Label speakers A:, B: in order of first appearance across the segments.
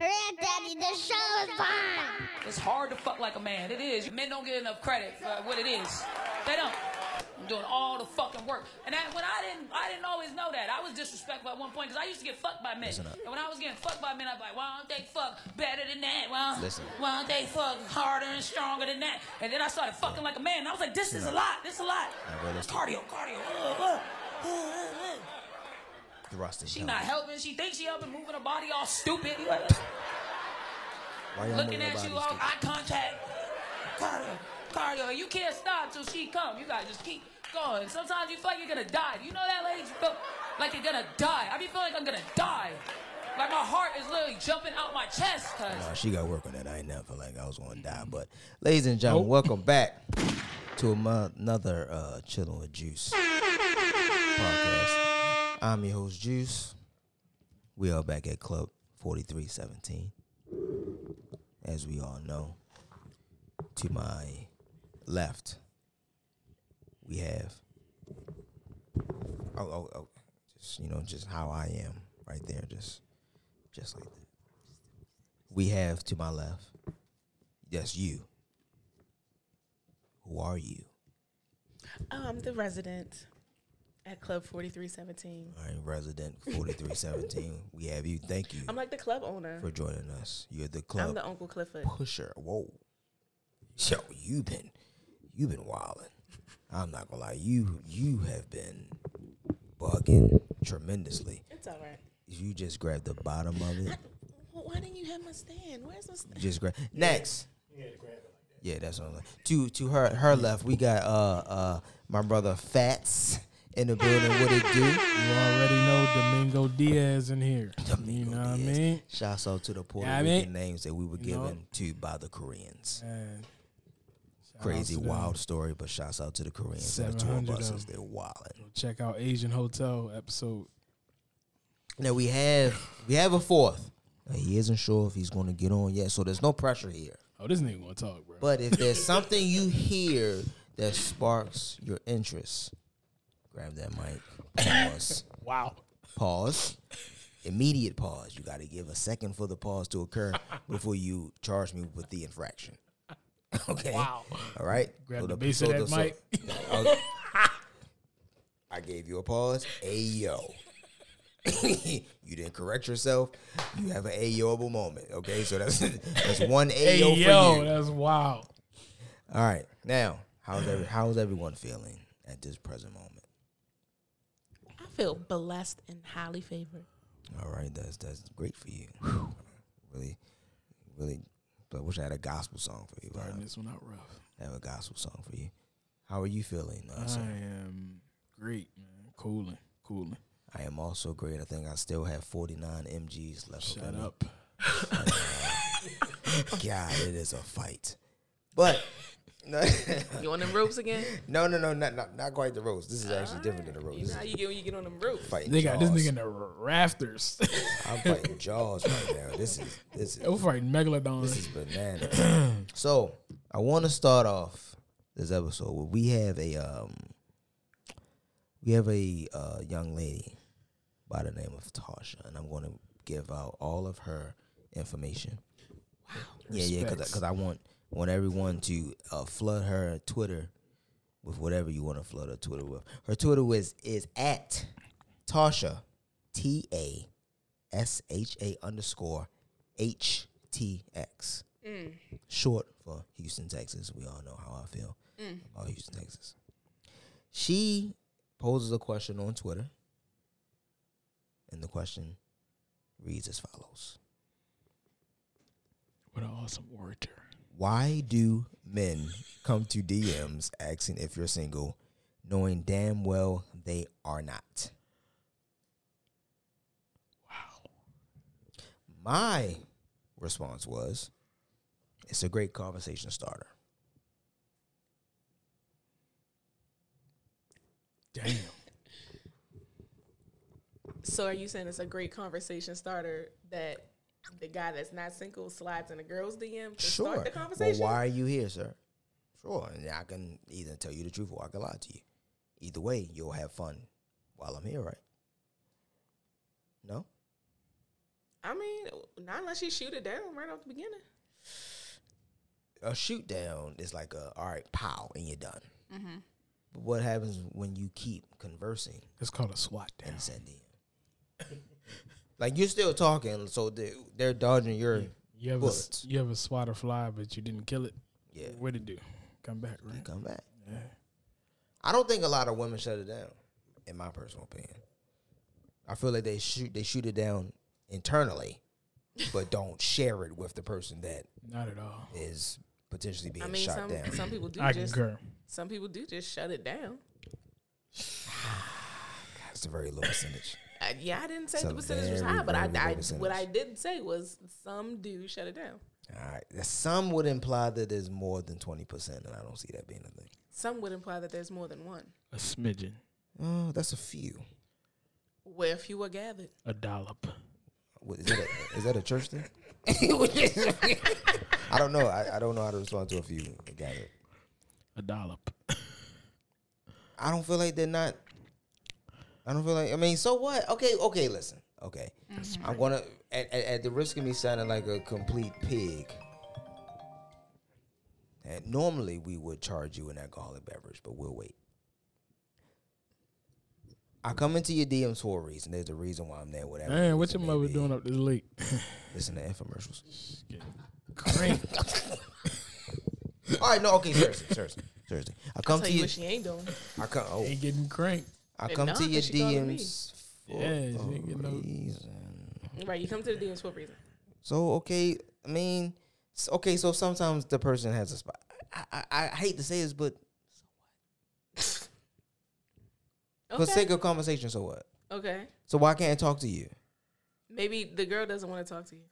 A: Daddy, the show is fun.
B: It's hard to fuck like a man. It is. Men don't get enough credit for what it is. They don't. I'm doing all the fucking work. And that, when I didn't, I didn't always know that. I was disrespectful at one point because I used to get fucked by men.
C: Listen up.
B: And when I was getting fucked by men, I'd be like, why don't they fuck better than that? Why,
C: Listen.
B: why don't they fuck harder and stronger than that? And then I started fucking like a man. And I was like, this is a lot. This is a lot.
C: Now, bro, listen.
B: cardio, cardio. Uh, uh, uh, uh, uh.
C: Thrust is
B: She
C: done.
B: not helping. She thinks she helping, moving her body all stupid. You like,
C: Why y'all
B: looking
C: moving
B: at
C: your
B: you,
C: bodies
B: all eye contact. Cardio, cardio. You can't stop till she come. You gotta just keep going. Sometimes you feel like you're gonna die. You know that, ladies? You feel like you're gonna die. I be feeling like I'm gonna die. Like my heart is literally jumping out my chest. Cause
C: No, she got work on that. I ain't never felt like I was gonna die. But ladies and gentlemen, welcome back to am- another uh chilling with juice podcast. I'm your host, Juice. We are back at Club 4317. As we all know, to my left, we have oh, oh, oh just you know, just how I am right there, just just like that we have to my left. That's you. Who are you?
D: I'm Um, the resident at Club 4317.
C: All right, resident 4317. we have you. Thank you
D: I'm like the club owner.
C: for joining us. You're the
D: I'm
C: club
D: the Uncle Clifford.
C: pusher. Whoa. So you've been you've been wilding. I'm not gonna lie, you you have been bugging tremendously.
D: It's all right.
C: You just grabbed the bottom of it.
D: Well, why didn't you have my stand? Where's my stand?
C: Just grab next. Yeah, that's what I'm like. To to her her left, we got uh uh my brother Fats in the building. What it do?
E: You already know Domingo Diaz in here. you know what I
C: Yes.
E: mean?
C: Shouts out to the Puerto
E: Yeah, I
C: Rican
E: mean-
C: names that we were
E: You know.
C: given to by the Koreans.
E: And shout out
C: Crazy
E: to them.
C: wild story, but shouts out to the Koreans and the tour
E: 700 of
C: buses.
E: them.
C: They're wilding.
E: Check out Asian Hotel episode.
C: Now we have we have a fourth. Now, he isn't sure if he's going to get on yet, so there's no pressure here.
E: Oh, this nigga gonna talk, bro.
C: But if there's something you hear that sparks your interest, grab that mic. Pause.
E: wow.
C: pause. Immediate pause. You got to give a second for the pause to occur before you charge me with the infraction. Okay. Wow. All right.
E: Grab
C: So
E: the base of that mic.
C: okay. I gave you a pause. Ayo. you didn't correct yourself. You have an ayoable moment. Okay. So that's that's one
E: Hey,
C: ayo,
E: yo,
C: for you.
E: that's wild.
C: All right. Now, how's every, how's everyone feeling at this present moment?
D: I feel blessed and highly favored.
C: All right, that's that's great for you. Really, really. But I wish I had a gospel song for you. But I
E: Starting
C: don't
E: this one out rough.
C: have a gospel song for you. How are you feeling? Uh,
E: I
C: sir?
E: am great, man. Cooling, cooling.
C: I am also great. I think I still have 49 mgs left.
E: Shut
C: in me.
E: up.
C: God, it is a fight. But no,
D: You on them ropes again? Ah,
C: no, no, no, not not, not quite the rose. This is actually different than the rose.
D: You
C: This
D: know
C: is
D: how you get when you get on them ropes.
C: fighting
E: They got this
C: Jaws.
E: nigga in the rafters.
C: I'm fighting jaws right now. This is this is
E: They were fighting
C: This is
E: megalodon.
C: bananas. so I want to start off this episode where we have a um, we have a uh, young lady by the name of Tasha, and I'm going to give out all of her information. Wow. Yeah, yeah,
E: Respects.
C: because I want want everyone to uh, flood her Twitter with whatever you want to flood her Twitter with. Her Twitter is is at Tasha T A S H A underscore HTX. Short for Houston, Texas. We all know how I feel about Houston, Texas. She poses a question on Twitter, and the question reads as follows
E: What an awesome orator.
C: Why do men come to DMs asking if you're single, knowing damn well they are not?
E: Wow.
C: My response was, it's a great conversation starter.
E: Damn.
D: So are you saying it's a great conversation starter that the guy that's not single slides in a girl's DM to start the
C: Well,
D: conversation?
C: why are you here, sir? Sure. And I can either tell you the truth or I can lie to you. Either way, you'll have fun while I'm here, right? No?
D: I mean, not unless you shoot it down right off the beginning.
C: a shoot down is like a all right, pow, and you're done.
D: Mm-hmm.
C: But what happens when you keep conversing
E: It's called a SWAT down.
C: and sending? like you're still talking, so they, they're dodging your
E: You ever
C: bullets.
E: you ever swat a fly but you didn't kill it?
C: Yeah.
E: What did it do? Come back, right?
C: Come back. I don't think a lot of women shut it down, in my personal opinion. I feel like they shoot they shoot it down internally, but don't share it with the person that
E: Not at all.
C: is potentially being
D: I mean,
C: shot
D: some
C: down.
D: some people do
E: I
D: just
E: concur.
D: some people do just shut it down.
C: That's a very low percentage.
D: Uh, yeah, I didn't say
C: It's a
D: the percentage was
C: very,
D: high, but I,
C: very low
D: I what
C: percentage.
D: I did say was some do shut it down.
C: All right. Some would imply that there's more than twenty percent, and I don't see that being a thing.
D: Some would imply that there's more than one.
E: A smidgen.
C: Oh, that's a few.
D: Where few are gathered.
E: A dollop.
C: What, is, that a, is that a church thing? I don't know. I, I don't know how to respond to a few gathered.
E: A dollop.
C: I don't feel like they're not. I don't feel like. I mean, so what? Okay, okay. Listen, okay.
D: Mm-hmm.
C: I'm gonna at, at, at the risk of me sounding like a complete pig. And normally we would charge you an alcoholic beverage, but we'll wait. I come into your DMs for a reason. There's a reason why I'm there. Whatever.
E: Man, what
C: reason
E: your
C: may
E: mother
C: be.
E: doing up this late?
C: Listen to infomercials.
E: Crank.
C: All right, no, okay, seriously, seriously, seriously. I come
D: Tell
C: to
D: you
C: you.
D: what she ain't doing.
C: I come. Oh,
E: Ain't getting cranked.
C: I
D: If
C: come
D: not,
C: to your
D: then she calling me.
C: DMs for
E: Yeah, she
C: a
E: ain't getting no-
C: reason.
D: Right, you come to the DMs for a reason.
C: So okay, I mean, s- okay. So sometimes the person has a spot. I I, I hate to say this, but for
D: Okay.
C: sake of conversation, so what?
D: okay.
C: So why can't I talk to you?
D: Maybe the girl doesn't want to talk to you.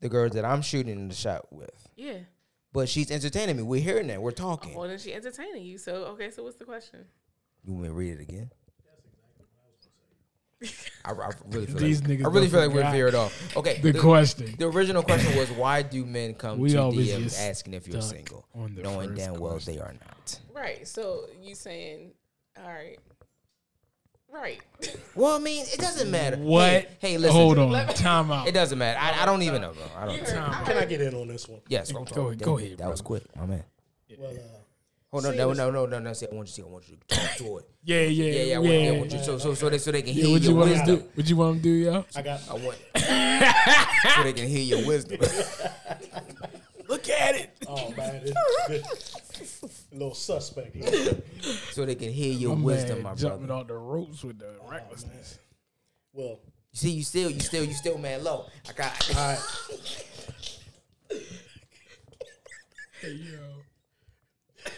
C: The girl that I'm shooting the shot with,
D: Yeah.
C: but she's entertaining me. We're hearing that. We're talking.
D: Well, then she entertaining you. So okay. So what's the question?
C: You want me to read it again? I, I really feel
E: These
C: like,
E: niggas
C: I really
E: don't
C: feel like we're
E: forgot
C: veered off. Okay,
E: The question.
C: The original question was why do men come
E: We
C: to
E: always
C: DMs
E: just
C: asking if you're
E: stuck
C: single,
E: on the
C: knowing
E: first
C: damn well
E: question.
C: they are not.
D: Right. So you saying, all right, right?
C: Well, I mean, it doesn't matter.
E: What?
C: Hey, hey, listen.
E: Hold on. Time out.
C: It doesn't matter. I, I don't even know, bro. I don't. Know.
F: Can I get in on this one?
C: Yes,
E: Go
C: sorry.
E: ahead, go ahead,
C: That was quick, my man.
F: Well, uh,
C: Hold on, no, no, no, no, no. See, I want you to see. I want you to talk to it.
E: Yeah, yeah,
C: Yeah, yeah. I
E: yeah.
C: want, I want you so so so they so they can
E: Yeah,
C: hear
E: what you
C: your
E: want him to
C: wisdom.
E: do? What you want him to do, yo?
F: I got.
C: I want so they can hear your wisdom. Look at it.
F: Oh man, it's good. A little suspect.
C: So they can hear your
E: My
C: wisdom,
E: man
C: my
E: jumping
C: brother.
E: off the ropes with the recklessness.
F: Well,
C: You see, you still, you still, you still, man, low. I got.
F: all right.
E: Yo.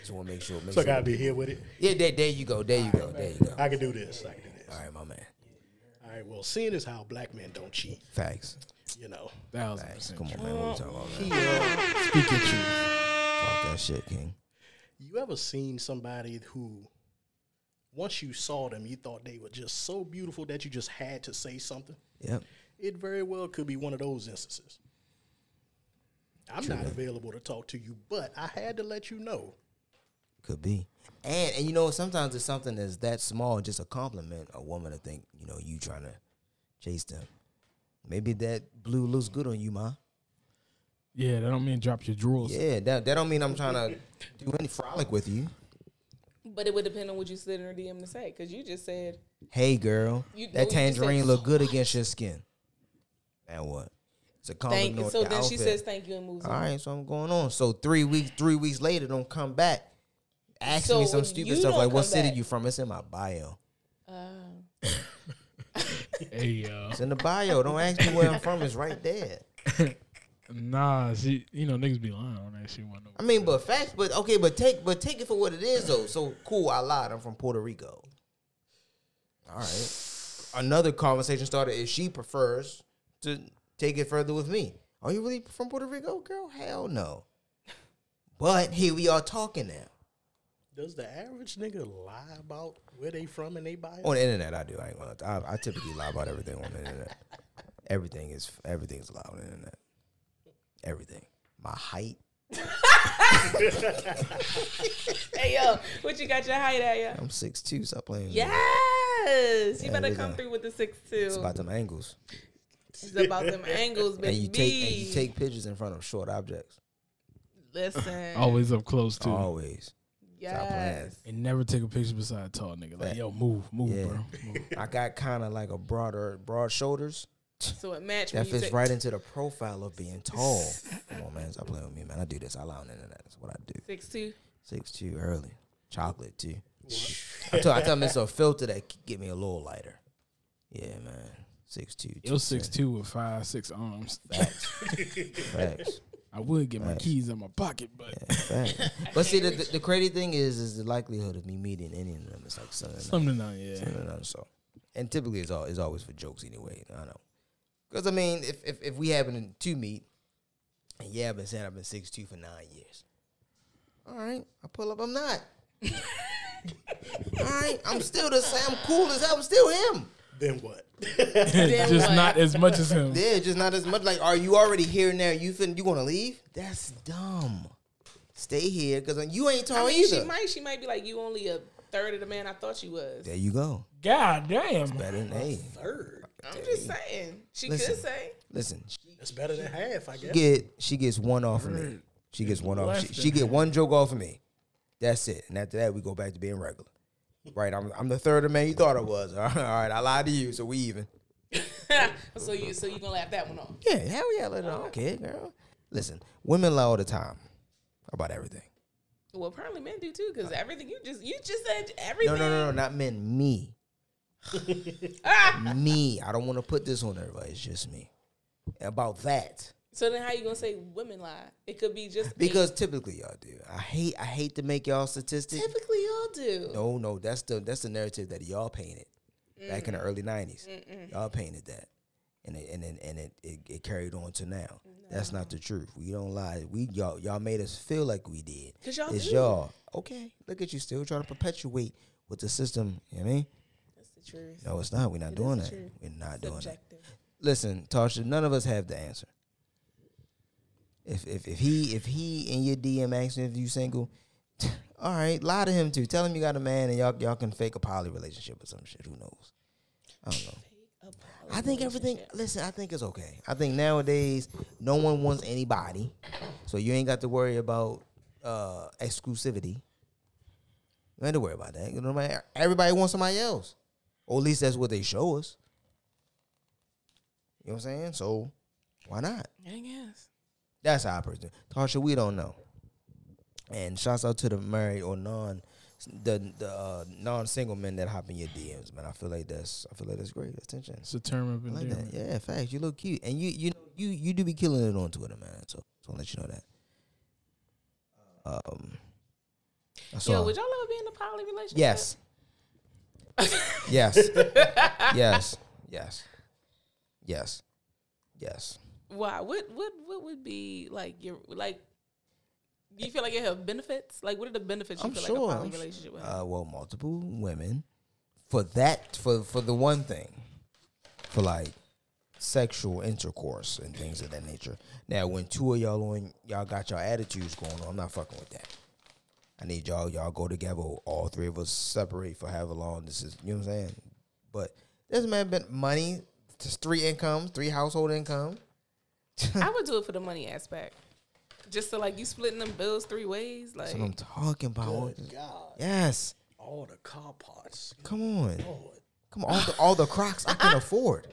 C: Just want to make sure. Make
F: So
C: sure.
F: I gotta be here with it.
C: Yeah, there, there you go. There you go. There you go.
F: I can do this. I can do this.
C: All right, my man.
F: All right. Well, seeing as how black men don't cheat,
C: Facts.
F: you know,
E: Thousand
C: Facts.
E: percent.
C: Come on, man. What we talking about, man?
E: Speak your truth.
C: Talk that shit, King.
F: you ever seen somebody who, once you saw them, you thought they were just so beautiful that you just had to say something?
C: Yep.
F: It very well could be one of those instances. I'm not available to talk to you, but I had to let you know.
C: Could be. And and you know sometimes it's something that's that small, just a compliment. A woman to think you know you trying to chase them. Maybe that blue looks good on you, ma.
E: Yeah, that don't mean drop your drawers.
C: Yeah, that that don't mean I'm trying to do any frolic with you.
D: But it would depend on what you sit in her DM to say, because you just said
C: Hey, girl,
D: You- well, you
C: that
D: just
C: tangerine
D: said-
C: look good against your skin. And what? It's a compliment.
D: thank you.
C: on
D: So
C: your
D: then she
C: outfit.
D: says thank you and moves
C: All
D: on.
C: right, so I'm going on. So three weeks, three weeks later, don't come back. Ask
D: So
C: me some stupid
D: you
C: stuff
D: don't
C: like, "What
D: come
C: city
D: back.
C: you from?" It's in my bio.
D: Oh.
E: Hey, yo.
C: It's in the bio. Don't ask me where I'm from. It's right there.
E: Nah, she, you know, niggas be lying on that shit.
C: I mean, but facts. But okay, but take, but take it for what it is, though. So cool. I lied. I'm from Puerto Rico. All right. Another conversation started. Is she prefers to take it further with me? Are you really from Puerto Rico, girl? Hell no. But here we are talking now
F: Does the average nigga lie about where they from and they buy
C: on the internet. I do. I ain't gonna. lie. I, I typically lie about everything on the internet. Everything is everything's lie on the internet. Everything. My height.
D: Hey yo, what you got your height at, yo?
C: I'm six two. Stop playing. with me.
D: Yeah. Yes, you
C: Yeah,
D: better
C: we
D: come
C: got-
D: through with the six two.
C: It's about them angles.
D: It's about them angles, baby.
C: And you take and you take pictures in front of short objects.
D: Listen,
E: Always up close
C: Oh,
E: too.
C: Always. stop playing.
D: yes.
E: And never take a picture beside a tall nigga. Like,
C: Fact.
E: yo, move, move,
C: Yeah.
E: bro. Move.
C: I got kind of like a broader broad shoulders.
D: So it matched.
C: That
D: when you
C: fits
D: take-
C: right into the profile of being tall. Come on, man. Stop playing with me, man. I do this. I lie on the internet. That's what I do.
D: Six two.
C: Six too early. Chocolate too. I tell I tell them it's a filter that c- get me a little lighter. Yeah, man. Six two.
E: Yo, six two with five six arms.
C: Facts. Facts.
E: I would get my
C: Right.
E: keys in my pocket, but
C: Facts. But see, the, the, the crazy thing is, is the likelihood of me meeting any of them is like something.
E: something on yeah.
C: something else, so, and typically it's all it's always for jokes anyway. I know. Because I mean, if, if if we happen to meet, and yeah, I've been saying I've been six two for nine years. All right, I pull up. I'm not. all right, I'm still the same. I'm cool as hell. I'm still him.
F: Then what?
E: Just not as much as him.
C: Yeah, just not as much. Like, are you already here now? You fin you gonna leave? That's dumb. Stay here because you ain't
D: I
C: tall
D: mean,
C: either.
D: she might. She might be like, you only a third of the man I thought you was.
C: There you go.
E: God damn.
C: Better than hey.
F: Third.
D: I'm just saying. She
C: Listen.
D: could say.
C: Listen,
F: That's better than half, I guess.
C: get she gets one off of me. She gets one off. She, she get one joke off of me. That's it. And after that, we go back to being regular. Right. I'm I'm the third man you thought I was. All right. all right, I lied to you, so we even.
D: so you so you gonna laugh that one off?
C: Yeah. Hell yeah. Let it all kid, girl. Listen, women lie all the time about everything.
D: Well, apparently men do too, because everything you just you just said
C: No,
D: everything.
C: no, no, no. Not men. Me. me. I don't want to put this on everybody. It's just me. About that.
D: So then, how you gonna say women lie? It could be just
C: Because typically y'all do. I hate I hate to make y'all statistics.
D: typically y'all do.
C: No, no, that's the that's the narrative that y'all painted back
D: Mm-hmm.
C: in the early '90s. Y'all painted that, and it, and then and it, it, it carried on to now. That's not the truth. We don't lie. We y'all y'all made us feel like we did.
D: 'Cause y'all
C: it's
D: do.
C: y'all. Okay, look at you still trying to perpetuate with the system. You know what I mean?
D: That's the truth.
C: No, it's not. We're not doing
D: the
C: that.
D: truth.
C: We're not doing that.
D: Subjective.
C: Listen, Tasha, none of us have the answer. If if if he if he in your DM asks you if you single, all right, lie to him too. Tell him you got a man and y'all y'all can fake a poly relationship or some shit. Who knows? I don't know. I think everything. Listen, I think it's okay. I think nowadays no one wants anybody, so you ain't got to worry about uh exclusivity. You ain't to worry about that. You know, man, everybody wants somebody else, or at least that's what they show us. You know what I'm saying? So why not?
D: I guess.
C: That's how I person. Tasha, we don't know. And shouts out to the married or non, the the uh, non single men that hop in your DMs, man. I feel like that's I feel like that's great. That's tension.
E: It's a term of
C: I like
E: endearment.
C: that. Yeah, facts. You look cute, and you you know you you do be killing it on Twitter, man. So so I'll let you know that. Um, I
D: Yo,
C: saw.
D: would y'all ever be in a poly relationship?
C: yes, yes, yes, yes, yes, yes.
D: Why? What? What? What would be like your like? Do you feel like it have benefits? Like, what are the benefits you
C: I'm
D: feel
C: sure.
D: like a poly
C: I'm
D: relationship
C: sure.
D: would have?
C: Uh, well, multiple women for that for for the one thing for like sexual intercourse and things of that nature. Now, when two of y'all on y'all got y'all attitudes going on, I'm not fucking with that. I need y'all y'all go together. or All three of us separate for however long this is. You know what I'm saying? But this man been money. Just three incomes, three household income.
D: I would do it for the money aspect. Just so like you splitting them bills three ways, like
C: That's what I'm talking about.
F: Good God.
C: Yes,
F: All the car parts.
C: come on.
F: Lord.
C: Come on, all the, all the Crocs I can afford.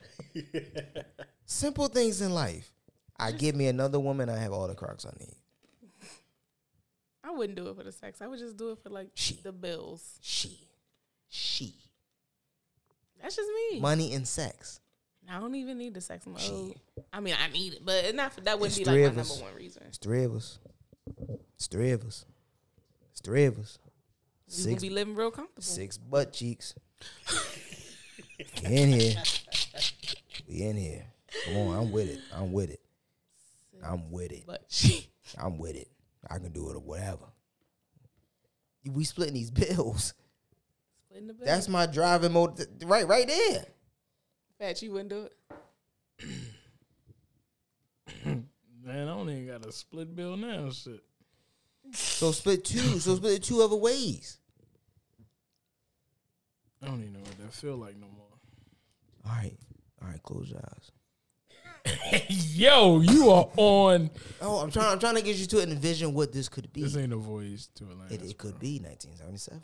C: Simple things in life. I give me another woman, I have all the Crocs I need.
D: I wouldn't do it for the sex. I would just do it for like
C: She.
D: the bills.
C: She, she,
D: That's just me.
C: money and sex.
D: I don't even need the sex mode. I mean, I need it, but it's not for, that wouldn't
C: It's
D: be
C: three
D: like
C: of
D: my
C: us.
D: number one reason.
C: It's three of us. It's three of us. It's three of us.
D: We would
C: Six,
D: be living real comfortable.
C: six butt cheeks. in here. We in here. Come on, I'm with it. I'm with it. I'm with it.
D: But she,
C: I'm with it. I can do it or whatever. We splitting these bills.
D: splitting the bill.
C: That's my driving mode. th- Right, right there.
D: fat. You wouldn't do it.
E: Man, I don't even got a split bill now. Shit.
C: So split two. so split it two other ways.
E: I don't even know what that feel like no more.
C: All right, all right, close your eyes.
E: Yo, you are on.
C: Oh, I'm trying. I'm trying to get you to envision what this could be.
E: This
C: It,
E: ain't a voyage to Atlantis.
C: it could be 1977.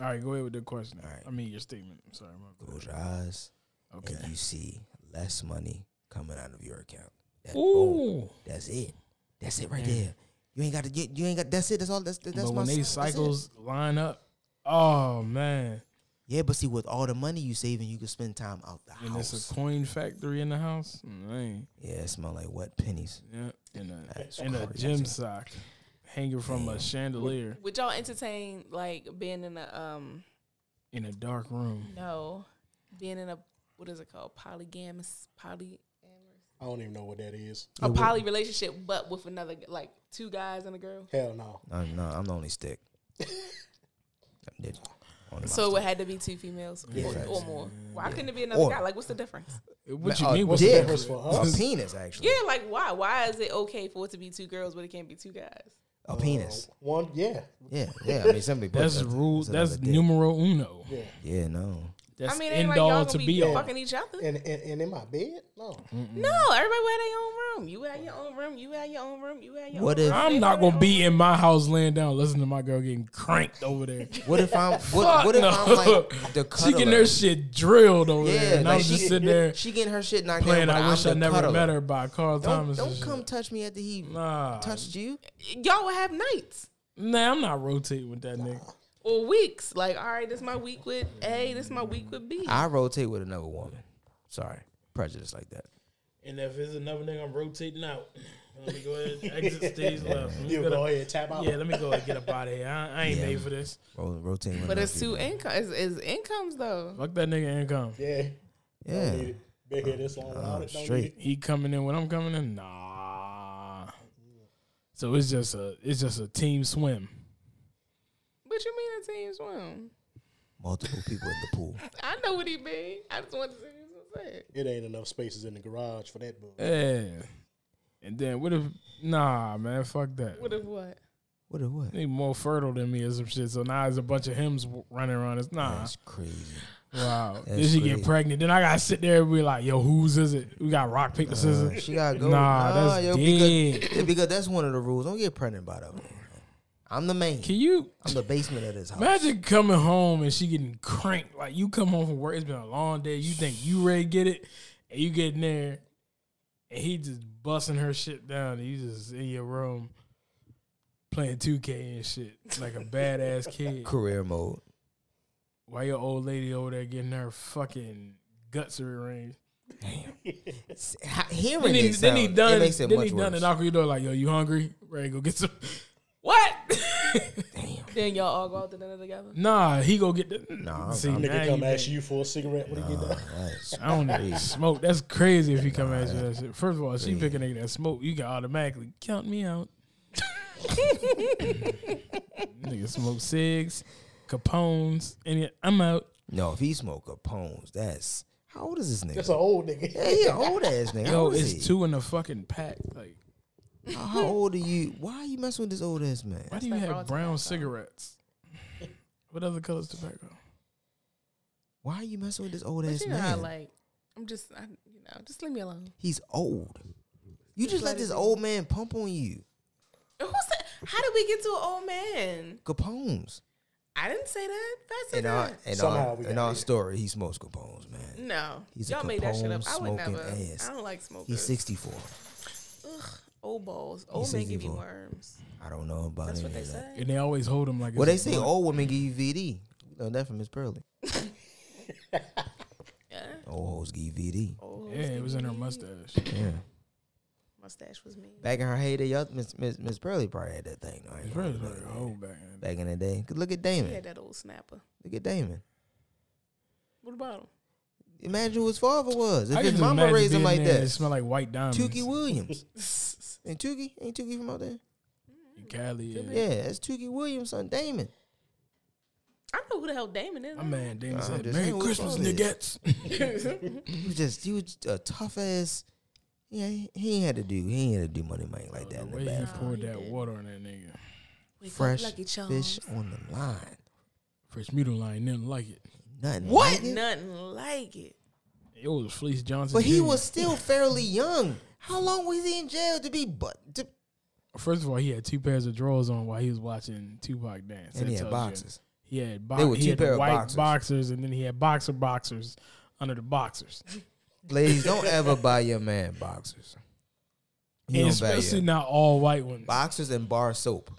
E: All right, go ahead with the question.
C: All right.
E: I mean your statement. I'm sorry. My bad.
C: Close your eyes,
E: Okay.
C: and you see less money coming out of your account. That- boom.
E: Ooh.
C: that's it. That's it right there. You ain't got to get. You ain't got. That's it. That's all. That's that's
E: but
C: my
E: when they
C: sign. That's it.
E: cycles line up, oh man,
C: Yeah, but see, with all the money you saving, you can spend time out the
E: and it's
C: house.
E: a coin factory in the house. Man,
C: yeah, it smell like wet pennies.
E: yeah, and a
C: That's
E: and a
C: crazy.
E: gym sock hanging from a chandelier
D: Would y'all entertain like being in a um
E: in a dark room.
D: no being in a what is it called polygamous poly
F: I don't even know what that is.
D: a poly relationship but with another g- like two guys and a girl.
F: Hell no.
C: No, no, I'm the only stick. I'm dead. Only my
D: So it had to be two females or,
C: Yeah.
D: or more. Why couldn't it be another
C: Or-
D: guy? Like, what's the difference?
E: What
C: stick.
E: you
C: Uh,
E: mean? What's
C: dick.
E: the
F: difference for
C: A
F: us?
C: penis, actually.
D: Yeah, like why? Why is it okay for it to be two girls but it can't be two guys?
C: A penis.
F: One, yeah,
C: Yeah, yeah. I mean, somebody. put
E: Oh. That's
C: that-
E: rule.
C: another
E: That's
C: dick.
E: numero uno.
F: yeah.
C: Yeah, no.
E: That's
D: I mean, it ain't
E: end
D: like
E: all
D: y'all
E: to
D: gonna
E: be
D: be
E: all.
D: fucking each other.
F: And, and and in my bed, no.
D: No, everybody had their own room. You had your own room. You had your own room. You had your
C: What
D: own
C: if-
D: room.
E: I'm
D: They
E: not
D: had
E: gonna
D: their
E: be
D: own-
E: in my house laying down listening to my girl getting cranked over there.
C: What if I'm? What, what if
E: no.
C: I'm like the
E: She
C: cuddler?
E: getting her shit drilled over
C: Yeah,
E: there, and I
C: like
E: was
C: she,
E: just sitting there
C: She getting her shit knocked
E: playing.
C: down. but
E: I wish I
C: I'm the
E: never
C: cuddler.
E: met her by Carl
C: Don't,
E: Thomas. and
C: don't
E: shit.
C: come touch me after he
E: Nah,
C: touched you.
D: Y'all would have nights.
E: nah, I'm not rotating with that nigga.
D: or weeks. Like, all right, this is my week with A, this is my week with B.
C: I rotate with another woman. Sorry, prejudice like that.
E: And if it's another nigga, I'm rotating out. Let me go ahead and exit stage left. Let me
F: You
E: get
F: go
E: up-
F: ahead, tap out.
E: Yeah, let me go ahead and get up out of here. I, I ain't
C: Yeah.
E: made for this.
C: Ro- Rotate. with
D: but
C: another
D: it's two
C: female.
D: income. It's, it's incomes though.
E: Fuck that nigga income.
F: yeah.
C: Yeah.
F: Need it. Been here this long. without
C: Oh,
F: it, don't
C: straight.
F: need it.
E: He coming in when I'm coming in. Nah. So it's just a it's just a team swim.
D: But you mean the team swim?
C: Multiple people in the pool.
D: I know what he mean. I just want to see what he said.
F: It ain't enough spaces in the garage for that book.
E: Yeah. And then what if nah man, fuck that.
D: What if what?
C: What? a What?
E: He more fertile than me or some shit. So now there's a bunch of hymns w- running around. It's nah.
C: That's crazy.
E: wow. Then
C: that's
E: she
C: crazy.
E: get pregnant. Then I gotta sit there and be like, yo, whose is it? We got rock paper scissors.
C: Uh, she gotta go.
E: Nah, that's
C: because,
E: dead.
C: yeah, because that's one of the rules. Don't get pregnant by that. woman. I'm the main.
E: Can you
C: I'm the basement of this house.
E: imagine coming home and she getting cranked? Like you come home from work, it's been a long day. You think you ready to get it, and you get in there, and he just busting her shit down. And you just in your room playing 2K and shit like a badass kid.
C: Career mode.
E: While your old lady over there getting her fucking guts rearranged.
C: S- ha- Hearing
E: Then he,
C: it,
E: then he
C: sound-
E: done.
C: it makes it
E: then
C: much
E: he done
C: worse.
E: and knock on your door like, "Yo, you hungry? Ready to go get some?"
D: What? Then y'all all go out to dinner together.
E: Nah, he go get the.
C: Nah,
E: see,
C: I'm-
E: now
F: Nigga
E: you
F: come
E: think-
F: ask you for a cigarette when he get done.
C: Nah, that's-
E: I don't even smoke. That's crazy if you come at you that shit. First of all, she pick a nigga that smoke, you can automatically count me out. nigga smoke cigs, capones, and I'm out.
C: no, if he smoke Capone's, that's how old is this nigga?
F: That's an old nigga.
C: yeah, he an old ass nigga. How
E: Yo,
C: old is
E: Oh, it's
C: he?
E: two in a fucking pack. Like,
C: How- How old are you? Why are you messing with this old ass man?
E: why do you have brown cigarettes? What other colors tobacco?
C: Why are you messing with this old
D: But
C: ass
D: you know how
C: man?
D: like I'm just I, you know just leave me alone.
C: He's old. You just let
D: let it
C: this
D: be.
C: old man pump on you.
D: Who said? How did we get to an old man?
C: Capone's.
D: I didn't say that. That's
C: In our
D: it.
C: in
F: Somehow
C: our
F: we
C: in
F: got
C: our
F: here.
C: story, he smokes Capone's, man.
D: No,
C: He's a
D: y'all made that shit up.
C: Capone
D: I would
C: smoking
D: never.
C: ass.
D: I don't like smokers.
C: He's sixty four.
D: Old balls. Old men give you
C: 64.
D: worms.
C: I don't know about
D: That's
C: any
D: what they
C: of that.
D: say.
E: And they always hold them like.
C: Well,
E: it's
C: they
E: a
C: say
E: blunt.
C: old women give you VD. We learned that from Miss Pearly. Old hoes give you VD.
D: Oh,
E: Yeah, it was in her mustache.
C: Yeah.
D: mustache was me.
C: Back in her heyday, y'all, Miss Miss Miss Pearly probably had that thing. I ain't
E: It's
C: gonna
E: really
C: lie.
E: like a whole back. end.
C: Back in the day, 'Cause look at
D: He
C: Damon.
D: had that old snapper.
C: Look at Damon.
D: What about him?
C: Imagine who his father was. If
E: I can
C: his
E: just
C: mama
E: imagine
C: raised him
E: being
C: like
E: there and
C: that.
E: It smell like white diamonds.
C: Tookie Williams. and Tookie? Ain't Tookie from out there?
E: Cali. yeah.
C: Yeah, that's Tookie Williams, son Damon.
D: I know who the hell Damon is.
E: My man Damon
C: I'm
E: said,
C: just
E: "Merry
C: saying, what's
E: Christmas,
C: wrong with
E: niggas."
C: He was just he was just a tough ass. Yeah, he, he ain't had to do he ain't had to do money money like that in
E: The
C: the
E: way he
C: bathroom.
E: poured
D: he
E: that
D: did.
E: water on that nigga.
D: Wake up,
C: Fresh
D: Lucky Charms.
C: fish on the line.
E: Fresh Mutant Line, nothing like it.
C: Nothing.
D: What? Nothing like it.
E: It was Fleece Johnson.
C: But he
E: Jr..
C: was still fairly young. How long was he in jail to be? But to,
E: First of all, he had two pairs of drawers on while he was watching Tupac dance.
C: and
E: That
C: he had
E: tells you.
C: boxes.
E: He had bo-
C: They were
E: he
C: two
E: had
C: pair
E: the
C: of
E: white
C: boxers.
E: boxers. and then he had boxer boxers under the boxers.
C: Ladies, don't ever buy your man boxers. You
E: And
C: don't buy
E: especially
C: your
E: not all white ones.
C: boxers and bar soap.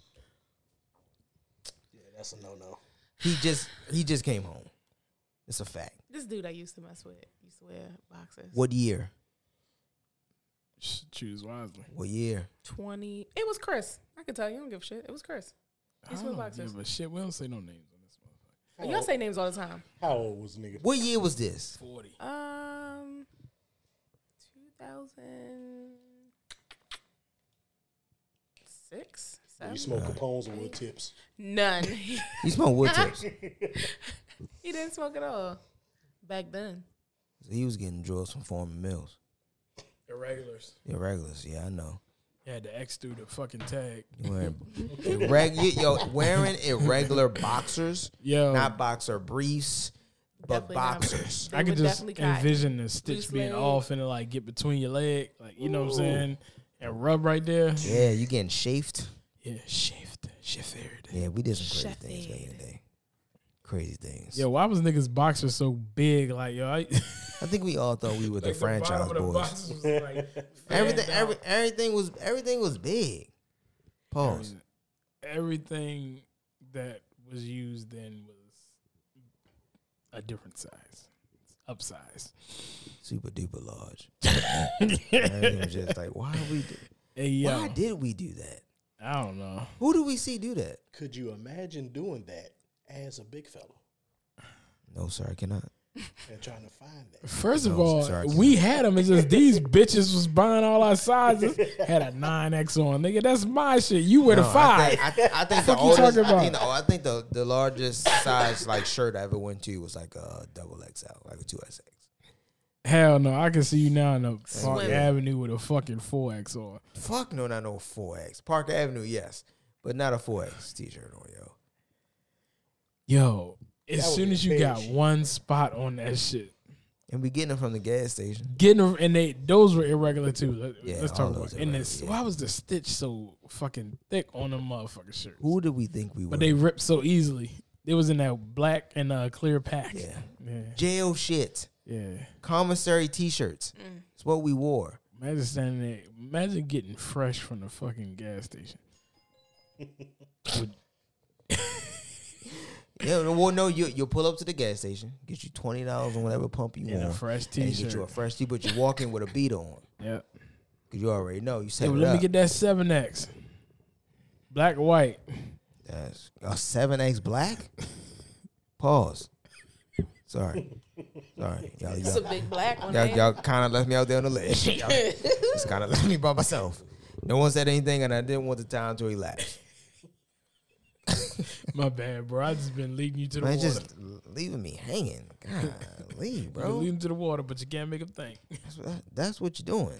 F: Yeah, that's a no no.
C: He just he just came home. It's a fact.
D: This dude I used to mess with used to wear boxers.
C: What year?
E: Sh- Choose wisely.
C: What year?
D: Twenty. It was Chris. I can tell you. I don't give a shit. It was Chris.
E: I
D: He's
E: don't
D: with
E: give
D: boxers.
E: a shit. We don't say no names on this one.
D: Y'all say names all the time.
F: How old was the nigga?
C: What year was this?
E: Forty.
D: Um, two thousand six,
F: You
D: seven.
F: smoke Capone's or wood tips.
D: None.
C: He smoked wood tips.
D: he didn't smoke at all back then.
C: So he was getting drugs from Foreman Mills.
E: Irregulars.
C: Irregulars, yeah, I know.
E: Yeah, the X through the fucking tag.
C: You Wearing, irreg- you- yo, wearing irregular boxers,
E: Yo,
C: not boxer briefs, but
D: Definitely not.
C: boxers.
E: I could
D: were
E: just
D: definitely cotton.
E: envision the stitch
D: Loose
E: being
D: leg.
E: off and it like get between your leg, like you know what I'm saying, and rub right there.
C: Yeah, you getting chafed.
E: Yeah, shift, shifted.
C: Yeah, we did some crazy things back in the day. Crazy things.
E: Yo, why was niggas boxers so big? Like yo, I,
C: I think we all thought we were the franchise boys. everything, every, everything was everything was big. Pause.
E: everything that was used then was a different size, upsize.
C: Super duper large. Everything was just like, why we? Do,
E: Hey yo,
C: Why did we do that?
E: I don't know.
C: Who do we see do that?
F: Could you imagine doing that as a big fella
C: No, sir, I cannot.
F: and trying to find that?
E: First of
C: No,
E: all,
C: sorry.
E: we had them. It's just these bitches was buying all our sizes. Had a nine X on, nigga. That's my shit. You were the
C: No,
E: five.
C: I think, I, I think the
E: Fuck you
C: oldest,
E: talking
C: I think, the, I think the, the largest size like shirt I ever went to was like a double XL, like a two XX.
E: Hell no, I can see you now in the Park
D: Slim.
E: Avenue with a fucking four X on.
C: Fuck no, not no four X. Park Avenue, yes, but not a four X T-shirt on yo.
E: Yo, as
F: That would
E: soon
F: be
E: as you
F: big
E: got
F: shit.
E: one spot on that shit,
C: And we getting it from the gas station.
E: getting a- and they those were irregular too. Let,
C: Yeah,
E: us
C: all
E: talk
C: those
E: about it. and
C: irregular,
E: this.
C: yeah.
E: Why was the stitch so fucking thick on the motherfucking shirt?
C: Who did we think we were?
E: But they ripped so easily. It was in that black and uh, clear pack.
C: Yeah.
E: yeah,
C: jail shit,
E: yeah.
C: commissary T-shirts. It's what we wore.
E: Imagine standing there. Imagine getting fresh from the fucking gas station. With-
C: Yeah, no, well, no, you you pull up to the gas station, get you twenty dollars on whatever pump you
E: in a
C: want,
E: fresh
C: and
E: t-shirt.
C: get you a fresh T. But you walk in with a beat on,
E: yeah.
C: cause you already know you set
E: Hey,
C: it
E: well, let
C: up.
E: me get that seven X. Black or white.
C: That's Uh, a seven X black. Pause. Sorry, sorry, y'all.
D: It's
C: y'all
D: a big black one.
C: Y'all,
D: man.
C: y'all kind of left me out there on the ledge. Y'all just kind of left me by myself. No one said anything, and I didn't want the time to elapse.
E: My bad, bro. I just been leading you to the
C: Man,
E: water.
C: just leaving me hanging. Golly,
E: You've been
C: bro.
E: leading to the water, but you can't make them think.
C: That's what, that's what you're doing.